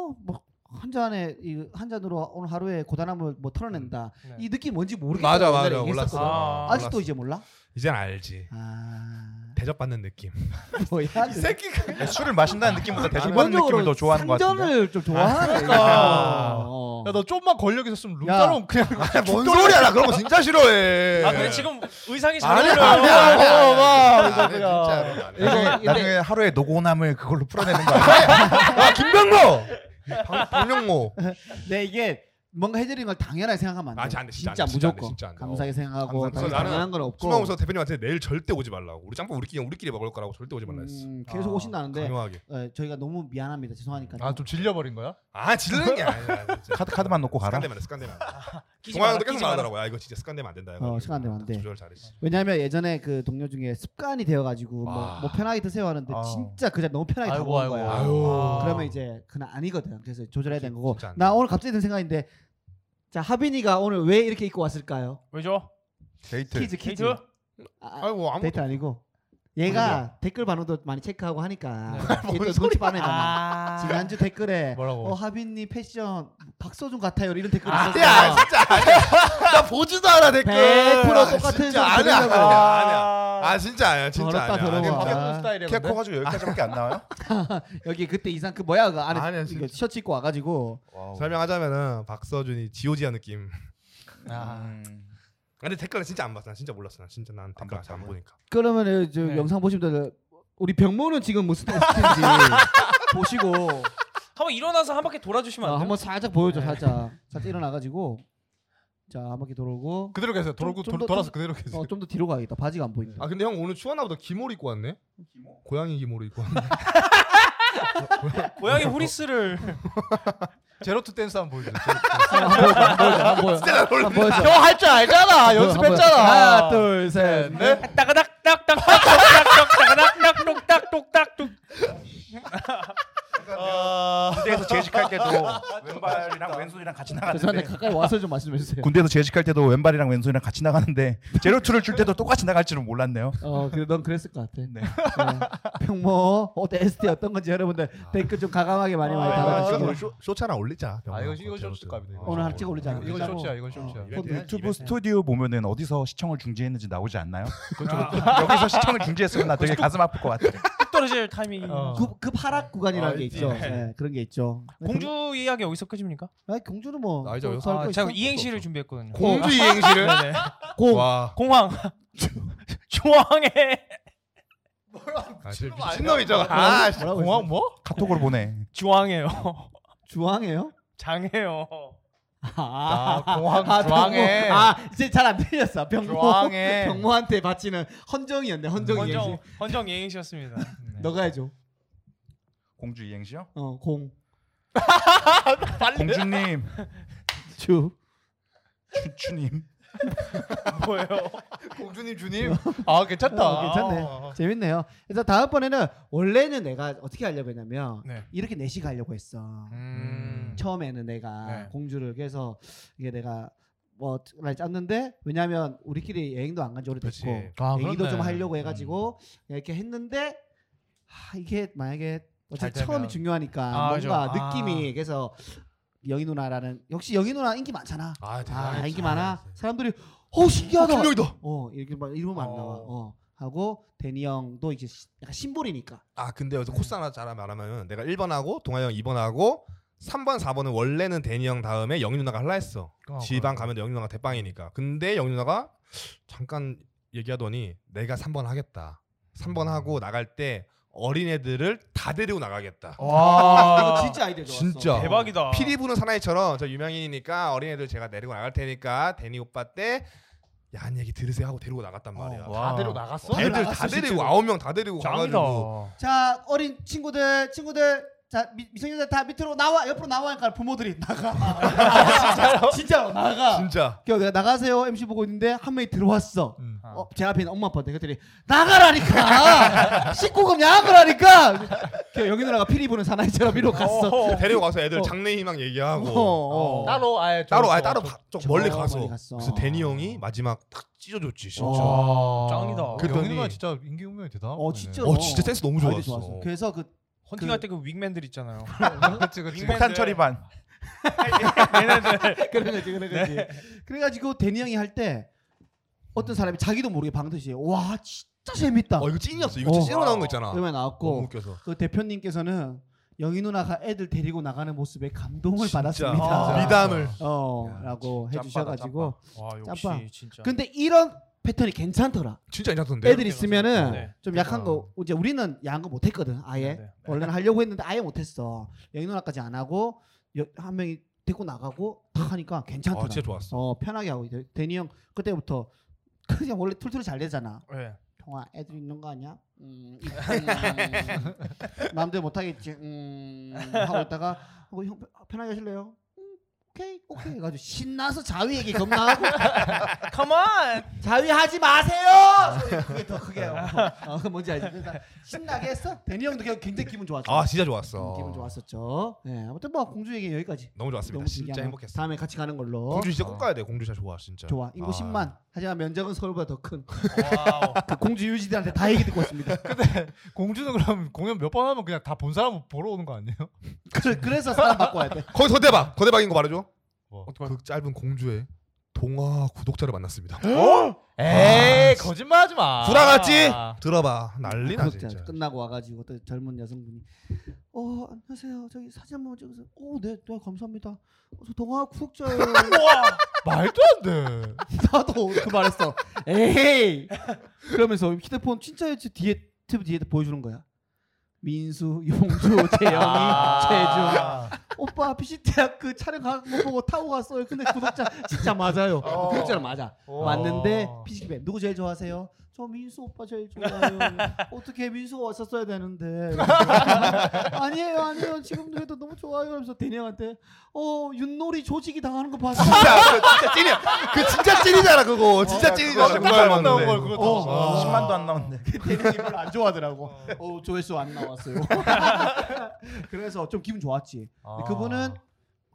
A: 어뭐한 잔에 이 한 잔으로 오늘 하루에 고단함을 뭐 털어낸다
C: 네.
A: 이 느낌 뭔지 모르겠어
B: 맞아
A: 옛날에
B: 맞아
A: 얘기했었거든.
B: 몰랐어.
C: 아,
B: 몰랐어.
A: 아직도 이제 몰라
B: 이젠 알지. <laughs>
A: 아
B: 대접받는 느낌.
A: 뭐야
E: 이 새끼가
D: 술을 마신다는 느낌보다 대접받는
A: 아, 기본적으로
D: 느낌을 더 좋아하는 것 같은데.
A: 상전을 좀 좋아하네
E: 그러니까.
A: 어.
E: 야 너 좀만 권력 있었으면
A: 야.
E: 룸사롱 그냥
B: 아, 뭔 소리야 나 그런 거 진짜 싫어해.
C: 아 근데 지금 의상이 잘
B: 아니야
C: 어울려요.
B: 아니야 아니야.
E: 그냥.
B: 진짜.
A: 이거-
D: 나중에,
A: 근데-
D: 나중에 하루에 노고남을 그걸로 풀어내는 거 아니야?
B: 아 김병모. 박영모.
A: 네 이게 뭔가 해드리는 걸 당연하게 생각하면 안 돼.
B: 맞아, 안 돼, 진짜 안 돼, 진짜 안 돼,
A: 무조건
B: 진짜 안 돼.
A: 감사하게 생각하고
B: 감사합니다.
A: 당연히
B: 나는
A: 당연한 건 없고.
B: 수망우서 대표님한테 내일 절대 오지 말라고. 우리 짬뽕 우리끼리 우리끼리 먹을 거라고 절대 오지 말라 했어.
A: 음, 계속
E: 아,
A: 오신다는데
B: 강요하게.
A: 어, 저희가 너무 미안합니다. 죄송하니까.
E: 아좀 질려버린 거야?
B: 아 질르는 게 아니야.
D: <laughs>
B: 진짜.
D: 카드 카드만 놓고 가라.
B: 스칸데만 해, 스칸데만.
C: 끼지 마라,
B: 동아형도 계속
C: 끼지 마라.
B: 말하더라고요. 아 이거 진짜 스칸데면 안 된다. 해가지고.
A: 어, 스칸되면 안 돼.
B: 조절 잘했어.
A: 왜냐하면 예전에 그 동료 중에 습관이 되어가지고 뭐,
B: 와.
A: 뭐 편하게 드세요 하는데
D: 아.
A: 진짜 그냥 너무 편하게 다
E: 아이고,
A: 먹은
E: 아이고.
A: 거야.
B: 아유.
A: 그러면 이제 그건 아니거든. 그래서 조절해야 되는 거고.
B: 진짜 안 돼.
A: 나 오늘 갑자기 든 생각인데 자 하빈이가 오늘 왜 이렇게 입고 왔을까요?
C: 왜죠?
D: 데이트.
A: 퀴즈 퀴즈.
C: 데이트?
A: 아,
B: 아이고 아무.
A: 데이트 아니고 얘가 댓글 반응도 많이 체크하고 하니까
B: 뭔
A: 얘또 눈치 빠르잖아.
C: 아.
A: 지난주 댓글에
E: 뭐라고?
A: 어 하빈님 패션 박서준 같아요 이런 댓글이
B: 아니야
A: 있었어.
B: 진짜 아니야. 나 보지도 않아 댓글.
A: 100%
B: 아,
A: 똑같은
B: 진짜
A: 소리
B: 아니야
A: 들으려고.
B: 아니야 아니야. 아 진짜 아니야 진짜
A: 더럽다,
B: 아니야. 뭐 아니야.
A: 더러워.
E: 그냥
A: 아.
E: 는 스타일이야.
D: 키가
E: 근데?
D: 커가지고 여기까지밖에 안 나와요?
A: 여기 그때 이상 그 뭐야 그 안에
B: 아니야,
A: 이거
B: 진짜.
A: 셔츠 입고 와가지고
D: 와우.
B: 설명하자면은 박서준이 지오지아 느낌.
D: 음.
B: 근데 댓글은 진짜 안 봤어. 난 진짜 몰랐어. 난 진짜 난 댓글 아직 안
D: 봤다고요?
B: 보니까.
A: 그러면은 저
C: 네.
A: 영상 보시면 돼요. 우리 병모는 지금 무슨 스타일인지 <laughs> 보시고
C: 한번 일어나서 한 바퀴 돌아주시면 안
A: 어,
C: 돼요?
A: 한번 살짝
B: 네.
A: 보여줘 살짝 살짝 일어나가지고 자 한 바퀴 돌고
E: 그대로 계세요. 돌고
A: 좀 더-
E: 돌- 돌아서
A: 좀-
E: 그대로 계세요.
A: 어, 좀 더 뒤로 가야겠다 바지가 안 보인다
B: 아 근데 형 오늘 추웠나 보다 기모를 입고 왔네. 고양이 기모를 입고 왔네.
C: 고양이 후리스를
E: 제로투 댄스 한번 보여줘.
A: 안 보여 안 보여
B: 진짜 나 놀랐어.
A: 안 보여서
E: 형 할 줄 알잖아. 연습했잖아.
A: 하나 둘셋넷
C: 따가닥딱딱 따가닥딱딱딱딱딱딱딱딱
D: 군대에서 재직할 때도 <laughs> 왼발이랑 왼손이랑 같이
A: 죄송한데
B: 네.
D: 나가는데
A: 가까이 와서 좀 말씀 해주세요
D: 군대에서 재직할 때도 왼발이랑 왼손이랑 같이 나가는데 제로투를 줄 때도 똑같이 나갈 줄은 몰랐네요.
A: 어, 그래, 넌 그랬을 것 같아.
D: 네.
A: 네. 평모 어때 ST 어떤 건지 여러분들 댓글 좀 가감하게 많이 많이
E: 아,
B: 아,
A: 달아주시고
B: 이거 쇼- 쇼츠 하나 올리자.
E: 아 이거 이거
B: 병원
E: 쇼츠 값이다. 이거.
A: 오늘 하나 찍어 올리자.
E: 이건
A: 끝나고.
E: 쇼츠야, 이건 쇼츠야.
A: 어,
B: 이벤트 해야지,
D: 유튜브
B: 이벤트.
D: 스튜디오 보면은 어디서 시청을 중지했는지 나오지 않나요? 아. 여기서 시청을 중지했으면 나 되게 가슴 아플 것 같아.
C: 떨어질 타이밍
E: 어.
A: 급, 급 하락 구간이라는
B: 아,
A: 게
B: 있지.
A: 있죠. 네, 그런 게 있죠.
C: 공주 이야기 여기서 끝입니까?
A: 아, 공주는 뭐.
B: 아, 이제
A: 또
B: 여기서
A: 더할
C: 아,
A: 거
C: 제가
A: 있어?
C: 이행시를 준비했거든요
B: 공주 이행시를.
C: 네네.
A: 공.
B: 와.
C: 공황 <laughs> 조항해
B: 아, 진짜 미친놈이죠. 아,
A: 뭐라고-
B: 씨.
A: 뭐라고
E: 공항
A: 공항
E: 뭐?
D: 카톡으로 보내.
C: 조항해요
A: 어. 주황해요?
C: 장해요
A: 아,
E: 공항
A: 아,
E: 주황해.
A: 병모. 아, 이제 잘 안 들렸어. 병모.
E: 주황해.
A: <laughs> 병모한테 바치는 헌정이었네. 헌정
C: 헌정
A: 이행시.
C: 헌정 예행시였습니다
A: 너가 해줘.
D: 공주 이행시요?
A: 어, 공.
D: 공주님,
A: 주.
D: 추추님.
C: 뭐예요?
E: 공주님 주님. 아 괜찮다.
A: 어, 괜찮네.
E: 아,
A: 재밌네요. 그래서 다음번에는 원래는 내가 어떻게 하려고 했냐면
C: 네.
A: 이렇게 내시 가려고 했어.
C: 음.
A: 처음에는 내가
C: 네.
A: 공주를 그래서 이게 내가 뭐 라인 짰는데 왜냐하면 우리끼리 여행도 안 간 지
B: 그치.
A: 오래됐고
E: 아,
A: 얘기도
E: 그렇네. 음.
A: 좀 하려고 해가지고 이렇게 했는데 아, 이게 만약에
E: 잘
A: 어차피
E: 되면.
A: 처음이 중요하니까
E: 아, 그죠.
A: 뭔가
E: 아.
A: 느낌이 그래서 영희 누나라는 역시 영희 누나 인기 많잖아.
B: 아,
A: 아
B: 대단하네,
A: 인기
B: 진짜.
A: 많아. 사람들이 어 신기하다.
B: 김명이다.
A: 어 이렇게 막 이러면 안 나와. 어 하고 데니 형도 이제 시- 약간 심볼이니까.
B: 아 근데 여기서 코스 하나 잘 말하면 내가 1번 하고 동아 형 2번 하고 3번 4번은 원래는 대니 형 다음에 영희 누나가 할라 했어
A: 그러니까.
B: 지방 가면 영희 누나가 대빵이니까 근데 영희 누나가 잠깐 얘기하더니 내가 3번 하겠다 3번
A: 음.
B: 하고 나갈 때 어린애들을 다 데리고 나가겠다
A: 이거 진짜 아이디어 좋았어.
B: 진짜.
C: 대박이다.
B: 피리 부는 사나이처럼 저 유명인이니까 어린애들 제가 데리고 나갈 테니까 대니 오빠 때 야한 얘기 들으세요 하고 데리고
A: 어,
B: 나갔단 말이야
E: 다 데려
C: 아,
E: 나갔어?
B: 애들 다 데리고 아홉 명 다 데리고
C: 짱이다.
B: 가가지고
A: 자 어린 친구들 친구들 자 미, 미성년자 다 밑으로 나와 옆으로 나와니까 부모들이 나가. <laughs> 진짜로? 진짜로 나가.
B: 진짜
A: 그래서 내가 나가세요 MC 보고 있는데 한 명이 들어왔어.
E: 음.
A: 어, 제 앞에 있는 엄마 아빠한테 그랬더니 나가라니까 <laughs> 19금 야학을 하니까 그래서 여기 누나가 피리 부는 사나이처럼 위로 갔어.
B: 데리고 가서 애들
A: 어.
B: 장래 희망 얘기하고
A: 어, 어.
E: 따로 아예 저-
B: 따로
E: 저-
B: 아예 따로
E: 저-
B: 가- 좀 멀리
A: 저
B: 가서
A: 멀리 갔어.
B: 그래서 데니 형이 마지막 탁 찢어줬지 진짜 어,
E: 와.
C: 짱이다.
B: 그랬더니-
E: 아. 영희 누나 진짜 인기 운명이 대단한
A: 어, 진짜.
B: 진짜 센스 너무
A: 아이디
B: 좋았어
A: 그래서 그
C: 헌팅할 때 그 윙맨들 있잖아요. 아,
E: 그치 그치
D: 폭탄 처리반.
A: 그래가지고
C: 예. 네.
A: 그래가지고 네. 그래가지고 데니 형이 할 때 어떤 사람이 자기도 모르게 방듯이 와 진짜 재밌다.
B: 어 이거 찐이었어 이거 진짜
A: 어.
B: 찐으로 나온 거 있잖아
A: 그러면
B: 너무
A: 나왔고
B: 웃겨서
A: 그 대표님께서는 영희 누나가 애들 데리고 나가는 모습에 감동을
B: 진짜.
A: 받았습니다.
E: 아.
B: 미담을
A: 어, 라고
D: 짬바다,
A: 해주셔가지고.
C: 와 역시
A: 짬밥.
C: 진짜.
A: 근데 이런 패턴이 괜찮더라.
B: 진짜 괜찮던데
A: 애들 있으면은
C: 네.
A: 좀 약한 거
B: 어.
A: 이제 우리는 야한 거 못했거든 아예
C: 네, 네.
A: 원래는 하려고 했는데 아예 못했어 영희 누나까지 안 하고 여- 한 명이 데리고 나가고 탁 하니까 괜찮더라
B: 아 진짜 좋았어
A: 어 편하게 하고 이제 데니 형 그때부터 <laughs> 그냥 원래 툴툴이 잘 되잖아
C: 네.
A: 동아 애들 있는 거 아니야? 음, 음, <laughs> 마음대로 못하겠지 음 하고 있다가 어, 형 편하게 하실래요? 음, 오케이 오케이 해가지고 신나서 자위 얘기 겁나 하고
C: Come on.
A: 자위하지 마세요. 소리 그게 더 크게. 어, 어, 뭔지 알지? 그래서 신나게 했어. 데니 형도 그냥 굉장히 기분 좋았죠.
B: 아 진짜
A: 음,
B: 좋았어
A: 기분 좋았었죠. 예, 아무튼 뭐 공주 얘기 여기까지.
B: 너무 좋았습니다
A: 너무
B: 진짜
A: 신기하네.
B: 행복했어
A: 다음에 같이 가는 걸로.
B: 공주 진짜 꼭 가야 돼 공주 진짜 좋아 진짜
A: 좋아. 인구
B: 아.
A: 10만. 하지만 면적은 서울보다 더 큰.
C: 와우.
A: 그 공주 유지들한테 다 얘기 듣고 <laughs> 왔습니다.
E: 공주는 그럼 공연 몇 번 하면 그냥 다 본 사람 보러 오는 거 아니에요?
A: 그, 그래서 사람 바꿔야 돼.
B: 거기 거대박 거대박인 거 말해줘
E: 뭐?
C: 어떡할-
B: 그 짧은 공주에 동화 구독자를 만났습니다
E: 에이
A: 아,
E: 거짓말하지 마.
B: 불안하지 들어봐 난리 나
A: 그렇죠.
B: 진짜
A: 끝나고 와가지고 또 젊은 여성분이 어 안녕하세요. 저기 사진 한번 찍으세요. 오네 네, 감사합니다. 어, 저 동화 구독자예요.
B: <laughs>
E: 말도 안 돼.
A: <laughs> 나도 그 말했어. 에이. 그러면서 휴대폰 진짜였지 뒤에 탭 뒤에 보여주는 거야. 민수,
B: <laughs>
A: 용주, 재영이, 재준.
B: 아.
A: 오빠 PC대학 그 촬영 가는 거 보고 타고 갔어요. 근데 구독자 진짜 맞아요.
B: 어.
A: 구독자는 맞아.
E: 어.
A: 맞는데 PC배 어, 누구 제일 좋아하세요? 저 민수 오빠 제일 좋아요. <laughs> 어떻게 민수가 왔었어야 <laughs> 되는데. 아니에요, 아니에요. 지금도 해도 너무 좋아요. 그러면서 대니한테 어 윷놀이 조직이 당하는 거 봤어요.
B: 진짜 그 진짜 찐이야 그 진짜 찐이잖아 그거 진짜 찐이잖아
D: 그거
B: 그거
D: 깜짝
B: 알고
D: 놀라운
B: 왔는데.
D: 걸 그거
A: <laughs> 어. 네. 그
D: 아. 10만도 안 나오는데.
A: 대리님 별로 안 좋아하더라고. 어, 조회수 안 <laughs> 나왔어요. 그래서 좀 기분 좋았지. 근데 그분은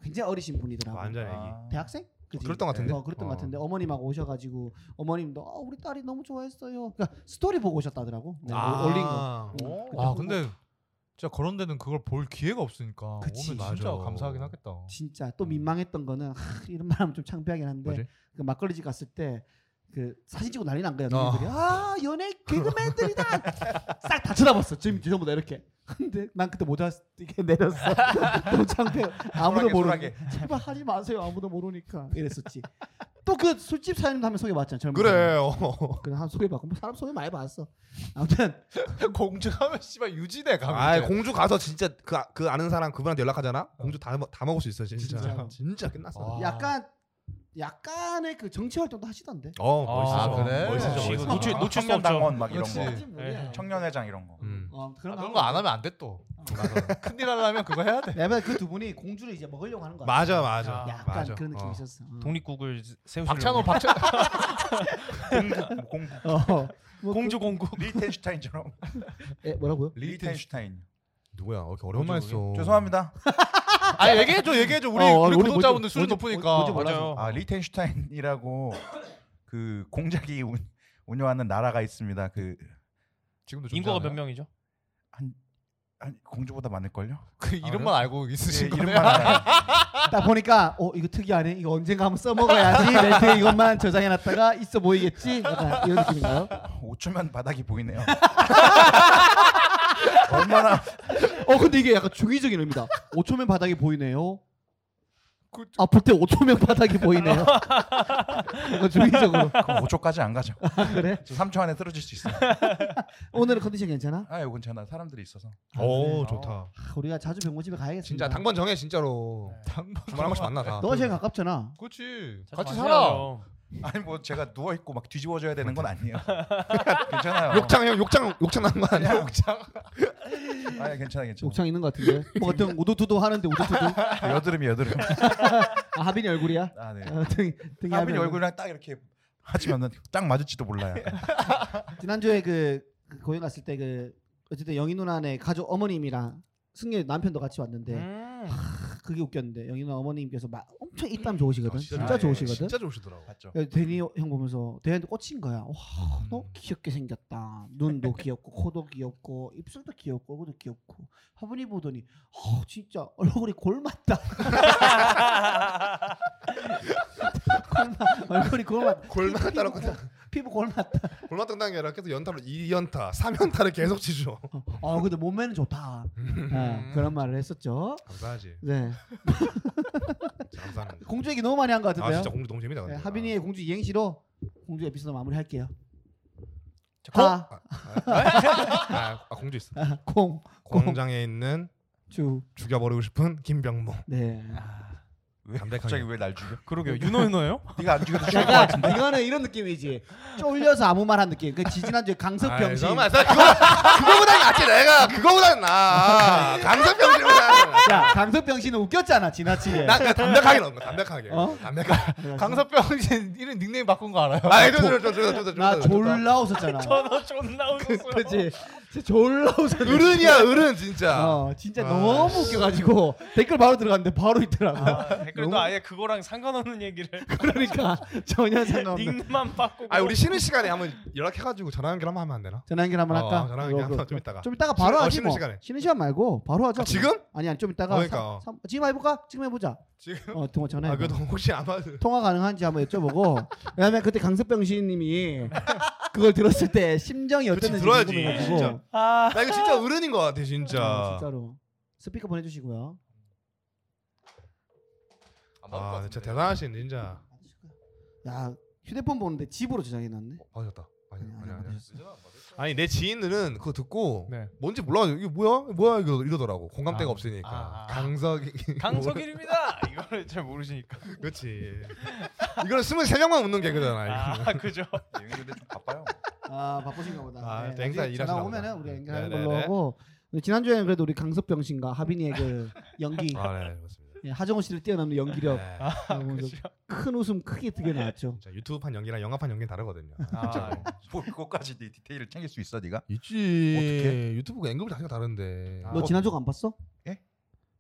A: 굉장히 어리신 분이더라고.
B: 완전
E: 아.
B: 애기
A: 대학생? 그지?
B: 그랬던 것 같은데?
A: 어, 그랬던
B: 어.
A: 것 같은데 어머님하고 오셔가지고 어머님도 아, 우리 딸이 너무 좋아했어요. 그러니까 스토리 보고 오셨다더라고. 네, 올린 거.
D: 어?
A: 응.
E: 아 근데 진짜 그런 데는 그걸 볼 기회가 없으니까
A: 그치.
E: 오면 진짜
B: 맞아.
E: 감사하긴 하겠다.
A: 진짜
D: 음.
A: 또 민망했던 거는 하, 이런 말하면 좀 창피하긴 한데
B: 뭐지?
A: 그 막걸리집 갔을 때 그 사진 찍고 난리 난 거야. 누구들이 아 연예 개그맨들이다. 싹 다 쳐다봤어. 지금 전부 다 이렇게. 근데 난 그때 모자 이렇게 내렸어. <laughs> 너무 창피해. 아무도
D: 소라게,
A: 모르게. 제발 하지 마세요. 아무도 모르니까 이랬었지. 또 그 술집 사장님도 한번 소개받잖아. 젊은
B: 그래. <laughs> 어.
A: 그래 한 소개받고 뭐 사람 소개 많이 받았어. 아무튼
E: 공주하면 씨발 유지돼 가면.
B: 아 공주 가서 진짜 그, 아- 그 아는 사람 그분한테 연락하잖아. 공주 다, 먹- 다 먹을 수 있어 진짜.
A: 진짜로. 아.
B: <laughs> 진짜, 끝났어.
D: 아.
E: 와.
A: 약간 약간의 그 정치 활동도 하시던데.
B: 어
C: 아,
B: 멋있어.
E: 그래?
B: 멋있어.
C: 이거
B: 멋있어.
C: 노출 노출 수 없죠.
D: 청년당원 막 아, 이런 거.
E: 그렇지.
A: 뭔지 모르겠네.
D: 청년회장 이런 거.
B: 음.
A: 어,
E: 아,
A: 그런
E: 그런 거 안 하면 안 돼 또. 큰일 하려면 그거 해야 돼.
A: 내가 그두 분이 공주를 이제 먹으려고 하는 거야.
B: 맞아 맞아.
C: 아,
A: 약간
B: 맞아.
A: 그런 느낌이
B: 어.
A: 있었어. 응.
C: 독립국을 세우시려고.
E: 박찬호 박찬
D: 공국 공국
A: 어. 뭐
C: 공주 공국.
D: 리텐슈타인처럼.
B: <laughs>
A: 그, 에, 뭐라고요?
D: 리텐슈타인.
B: 누구야? 왜 이렇게 어려운 어, 말 써.
D: 죄송합니다.
E: 아 얘기해줘 얘기해줘 우리,
A: 어, 어,
E: 우리
A: 우리
E: 구독자분들
A: 뭔지-
E: 수준 높으니까
C: 어,
A: 뭔지 몰라서.
E: 맞아요
D: 아 리텐슈타인이라고 <laughs> 그 공작이 운, 운영하는 나라가 있습니다. 그
E: 지금도
I: 인구가 몇
E: 존재하나요?
I: 명이죠?
D: 아니, 공주보다 많을걸요?
E: 그 이름만 알고 있으신
D: 예,
E: 거예요?
D: 이름만 알아요. <laughs>
A: 딱 보니까 어 이거 특이하네 이거 언젠가 한번 써먹어야지 멘트에 이것만 저장해놨다가 있어 보이겠지 약간 이런 느낌인가요?
D: 5초면 바닥이 보이네요. <laughs> 얼마나
A: 어 근데 이게 약간 중의적인 의미다 5초면 바닥이 보이네요
E: 그-
A: 아플 때 5초면 바닥이 보이네요 약간 중의적으로
D: 그럼 5초까지 안 가죠.
A: 아, 그래?
D: 지금 3초 안에 쓰러질 수 있어요.
A: 오늘은 컨디션 괜찮아?
D: 아, 요 괜찮아. 사람들이 있어서.
B: 오 좋다.
A: 아, 네. 우리가 자주 병원집에 가야겠다
B: 진짜 당번 정해 진짜로.
E: 당번
B: 주말 한 번씩 만나 다.
A: 너 제일 가깝잖아
E: 그렇지
I: 자주
E: 같이 살아
I: 마셔야죠.
D: 아니 뭐 제가 누워 있고 막 뒤집어져야 되는 건 아니에요. <laughs> 괜찮아요.
B: 욕창 형 욕창 욕창 나는 거 아니야?
D: 욕창. 아니 예, 괜찮아 괜찮아.
A: 옥창 있는 것 같은데 뭐
B: <laughs>
A: 어떤 우두두두 하는데 우두두두
D: 여드름이 여드름.
A: 아 하빈이 얼굴이야?
D: 아 네.
A: 어, 등, 등이
D: 하빈이 얼굴이랑 딱 이렇게 하지면은 딱 맞을지도 몰라요.
A: 지난주에 그 고향 갔을 때 그 어쨌든 영희 누나네 가족 어머님이랑 승리 남편도 같이 왔는데
I: 음.
A: 그게 웃겼는데 영희 누나 어머님께서 막 엄청 입담 좋으시거든
B: 아,
A: 진짜,
D: 아, 예,
A: 좋으시거든
B: 진짜 좋으시더라고.
D: 봤죠.
A: 그래서 대니 형 보면서 대한테 꽂힌 거야 와 너 귀엽게 생겼다 눈도 귀엽고 코도 귀엽고 입술도 귀엽고 얼굴도 귀엽고 하빈이 보더니 어 진짜 얼굴이 골맞다 <laughs> 골마, 얼굴이 골맞다
B: 골마
A: 피부,
B: 따로
A: 피부, 피부 골맞다
B: 골마 등당이 아니라 계속 연타로 2연타, 3연타를 계속 치죠.
A: 어 근데 몸매는 좋다
B: 음.
A: 네, 그런 말을 했었죠
B: 감사하지.
A: 네
B: 진짜 감사합니다.
A: 공주 얘기 너무 많이 한 것
B: 아
A: 같은데요
B: 진짜 공주 너무 재밌다.
A: 네,
B: 근데.
A: 하빈이의 공주 이행시로 공주 에피소드 마무리할게요
B: 아, 아, 아, 아, 아, 공주 있어.
A: 다공주
B: 공장에 있는 죽여버리고 싶은 김병모.
A: 네.
B: 아,
D: 왜
B: 담백하게.
D: 갑자기 왜 날 죽여?
I: 그러게요. 윤호 <laughs> 윤호예요?
D: 네가 안 죽여도 죽을 것 같은데.
A: 약간 이거는 이런 느낌이지. 쫄려서 아무 말 한 느낌. 그 지지난주 에 강석 병신.
B: 정말 아, 나 그거 그거보다 낫지 내가 그거보다
A: 아.
B: 나 강사병신보다.
A: 야, 강석 병신은 웃겼잖아 지나치게.
B: 나 그냥 담백하게 넣은 거 담백하게.
A: 네. 어?
B: 담백하게.
E: 강사병신 이름 닉네임 바꾼 거 알아요?
B: 아, 저저저저저
A: 나 졸라 웃었잖아.
I: 저도 존나 웃었어요.
A: 그렇지. 졸라 웃었어.
B: 어른이야 어른 진짜.
A: 어, 진짜
B: 아,
A: 너무 웃겨가지고 댓글 바로 들어갔는데 바로 있더라고.
I: 아, 댓글도
A: 너무-
I: 아예 그거랑 상관없는 얘기를
A: 그러니까 <laughs> 전혀 상관없는.
I: 닉네임만 바꾸고.
B: 아 우리 쉬는 시간에 한번 연락해가지고 전화 연결 한번 하면 안 되나?
A: 전화 연결 한번
B: 어,
A: 할까?
B: 전화 연결 한번 좀 이따가.
A: 좀 이따가 바로
B: 쉬- 어,
A: 하지
B: 쉬는
A: 뭐.
B: 시간에.
A: 쉬는 시간 말고 바로 하자.
B: 아, 지금?
A: 아니 아니 좀 이따가.
B: 그러니까,
A: 삼-
B: 어.
A: 삼- 지금 해볼까? 지금 해보자.
B: 지금?
A: 어 통화 전화.
B: 아 그래도 혹시 아마
A: 통화 가능한지 한번 여쭤보고 왜냐면 그때 강습병신님이 <laughs> 그걸 들었을 때 심정이
B: 그치,
A: 어땠는지
B: 들어야지,
A: 궁금해가지고
B: 진짜.
I: 아
B: 나 이거 진짜 어른인 것 같아
A: 아,
B: 진짜.
A: 진짜로 스피커 보내주시고요
B: 아 진짜 대단하신 진짜.
A: 야 휴대폰 보는데 집으로 저장해놨네
B: 받으셨다. 아니
A: 아니,
B: 아니
A: 안
B: 아니.
A: 받으셨어.
B: 아니 내 지인들은 그거 듣고
I: 네.
B: 뭔지 몰라 이게 뭐야 뭐야 이거 이러더라고 공감대가 없으니까
I: 아, 아.
B: 강석이
I: 강석일입니다. 이거를 잘 모르시니까.
B: <laughs> 그렇지 이거는 스물세 명만 웃는 개그잖아 이거.
I: 아 그죠.
D: 영희 근데 좀 바빠요.
A: 아 바쁘신가 보다
B: 아, 또
A: 나중에
B: 행사 일하시나
A: 전화
B: 보다.
A: 오면은 우리 연결하는
B: 네네네.
A: 걸로 하고 근데 지난주에는 그래도 우리 강습병신과 하빈이의 그 연기
B: 아네 맞습니다.
A: 예, 하정우 씨를 뛰어넘는 연기력
B: 네.
A: 어, 그래서 큰 웃음 크게 뜨게 나왔죠
B: 진짜 유튜브판 연기랑 영화판 연기 는 다르거든요.
I: 아,
D: 뭐 그거까지 네 디테일을 챙길 수 있어 네가?
B: 있지.
D: 어떡해?
B: 유튜브가 연극이 자체가 다른데.
A: 너뭐 지난주가 안 아, 봤어?
D: 예?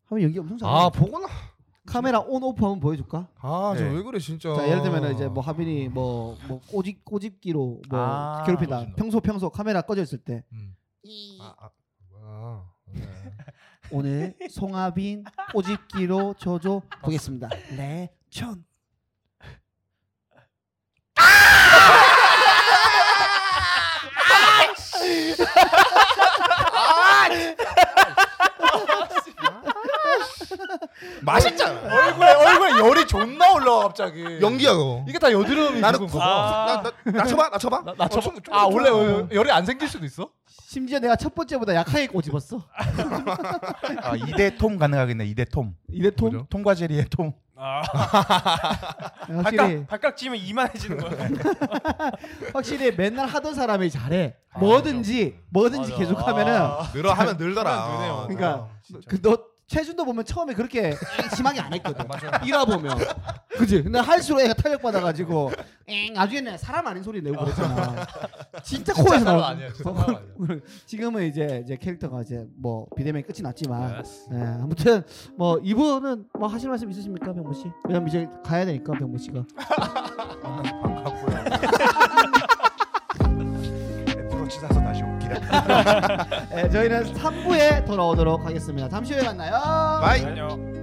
A: 하빈 연기 엄청 잘해
B: 아 보거나.
A: 카메라 온 오프 한번 보여줄까?
B: 아저
D: 네.
B: 왜 그래 진짜.
A: 자 예를 들면 이제 뭐 하빈이 뭐 뭐 꼬집 꼬집기로 뭐
D: 아,
A: 괴롭힌다.
B: 그렇죠.
D: 꼬집는 거.
A: 평소 평소 카메라 꺼져 있을 때
B: 아, 아, 아, 네.
A: 오늘 송하빈 꼬집기로 저조 보겠습니다. 네, 레전.
B: 맛있잖아.
E: 얼굴에 얼굴에 열이 존나 올라와 갑자기
B: 연기야 그거.
E: 이게 다 여드름이
B: 나는
E: 죽은 거고.
I: 아.
B: 나나나 쳐봐 나 쳐봐.
E: 나, 나 저,
B: 어, 좀- 좀-
E: 아
B: 좀-
E: 원래
B: 좀-
E: 열- 열이 안 생길 수도 있어?
A: 심지어 내가 첫 번째보다 약하게 꼬집었어.
D: 아 2대 톰 가능하겠네. 2대 톰.
A: 이래 톰.
D: 톰 톰과 제리의 톰.
I: 아
A: 확실히
I: 발각 발각 찌면 이만해지는 거야.
A: 확실히 맨날 하던 사람이 잘해.
E: 아,
A: 뭐든지 뭐든지
I: 맞아.
A: 계속 하면은
B: 늘어 하면 늘더라.
I: 늘어요.
B: 어,
A: 그러니까 그 너 최준도 보면 처음에 그렇게 심하게 안 했거든. 일화 보면. 그지? 근데 할수록 애가 탄력 받아가지고 엥 나중에는 사람 아닌 소리 내고 그랬잖아. 진짜
E: 진짜
A: 코에서
E: 사람
A: 나온
E: 아니야, 진짜 사람 아니야.
A: <laughs> 지금은 이제 이제 캐릭터가 이제 뭐 비대면 끝이 났지만 예, 아무튼 뭐 이분은 뭐 하실 말씀 있으십니까 병모 씨? 왜냐면 이제 가야 되니까 병모 씨가
D: 아, 반갑고요. 애플로 치사서 네, 다시 올게요.
A: 네, 예, 저희는 3부에 돌아오도록 하겠습니다. 잠시 후에 만나요.
B: 바이.
C: 안녕.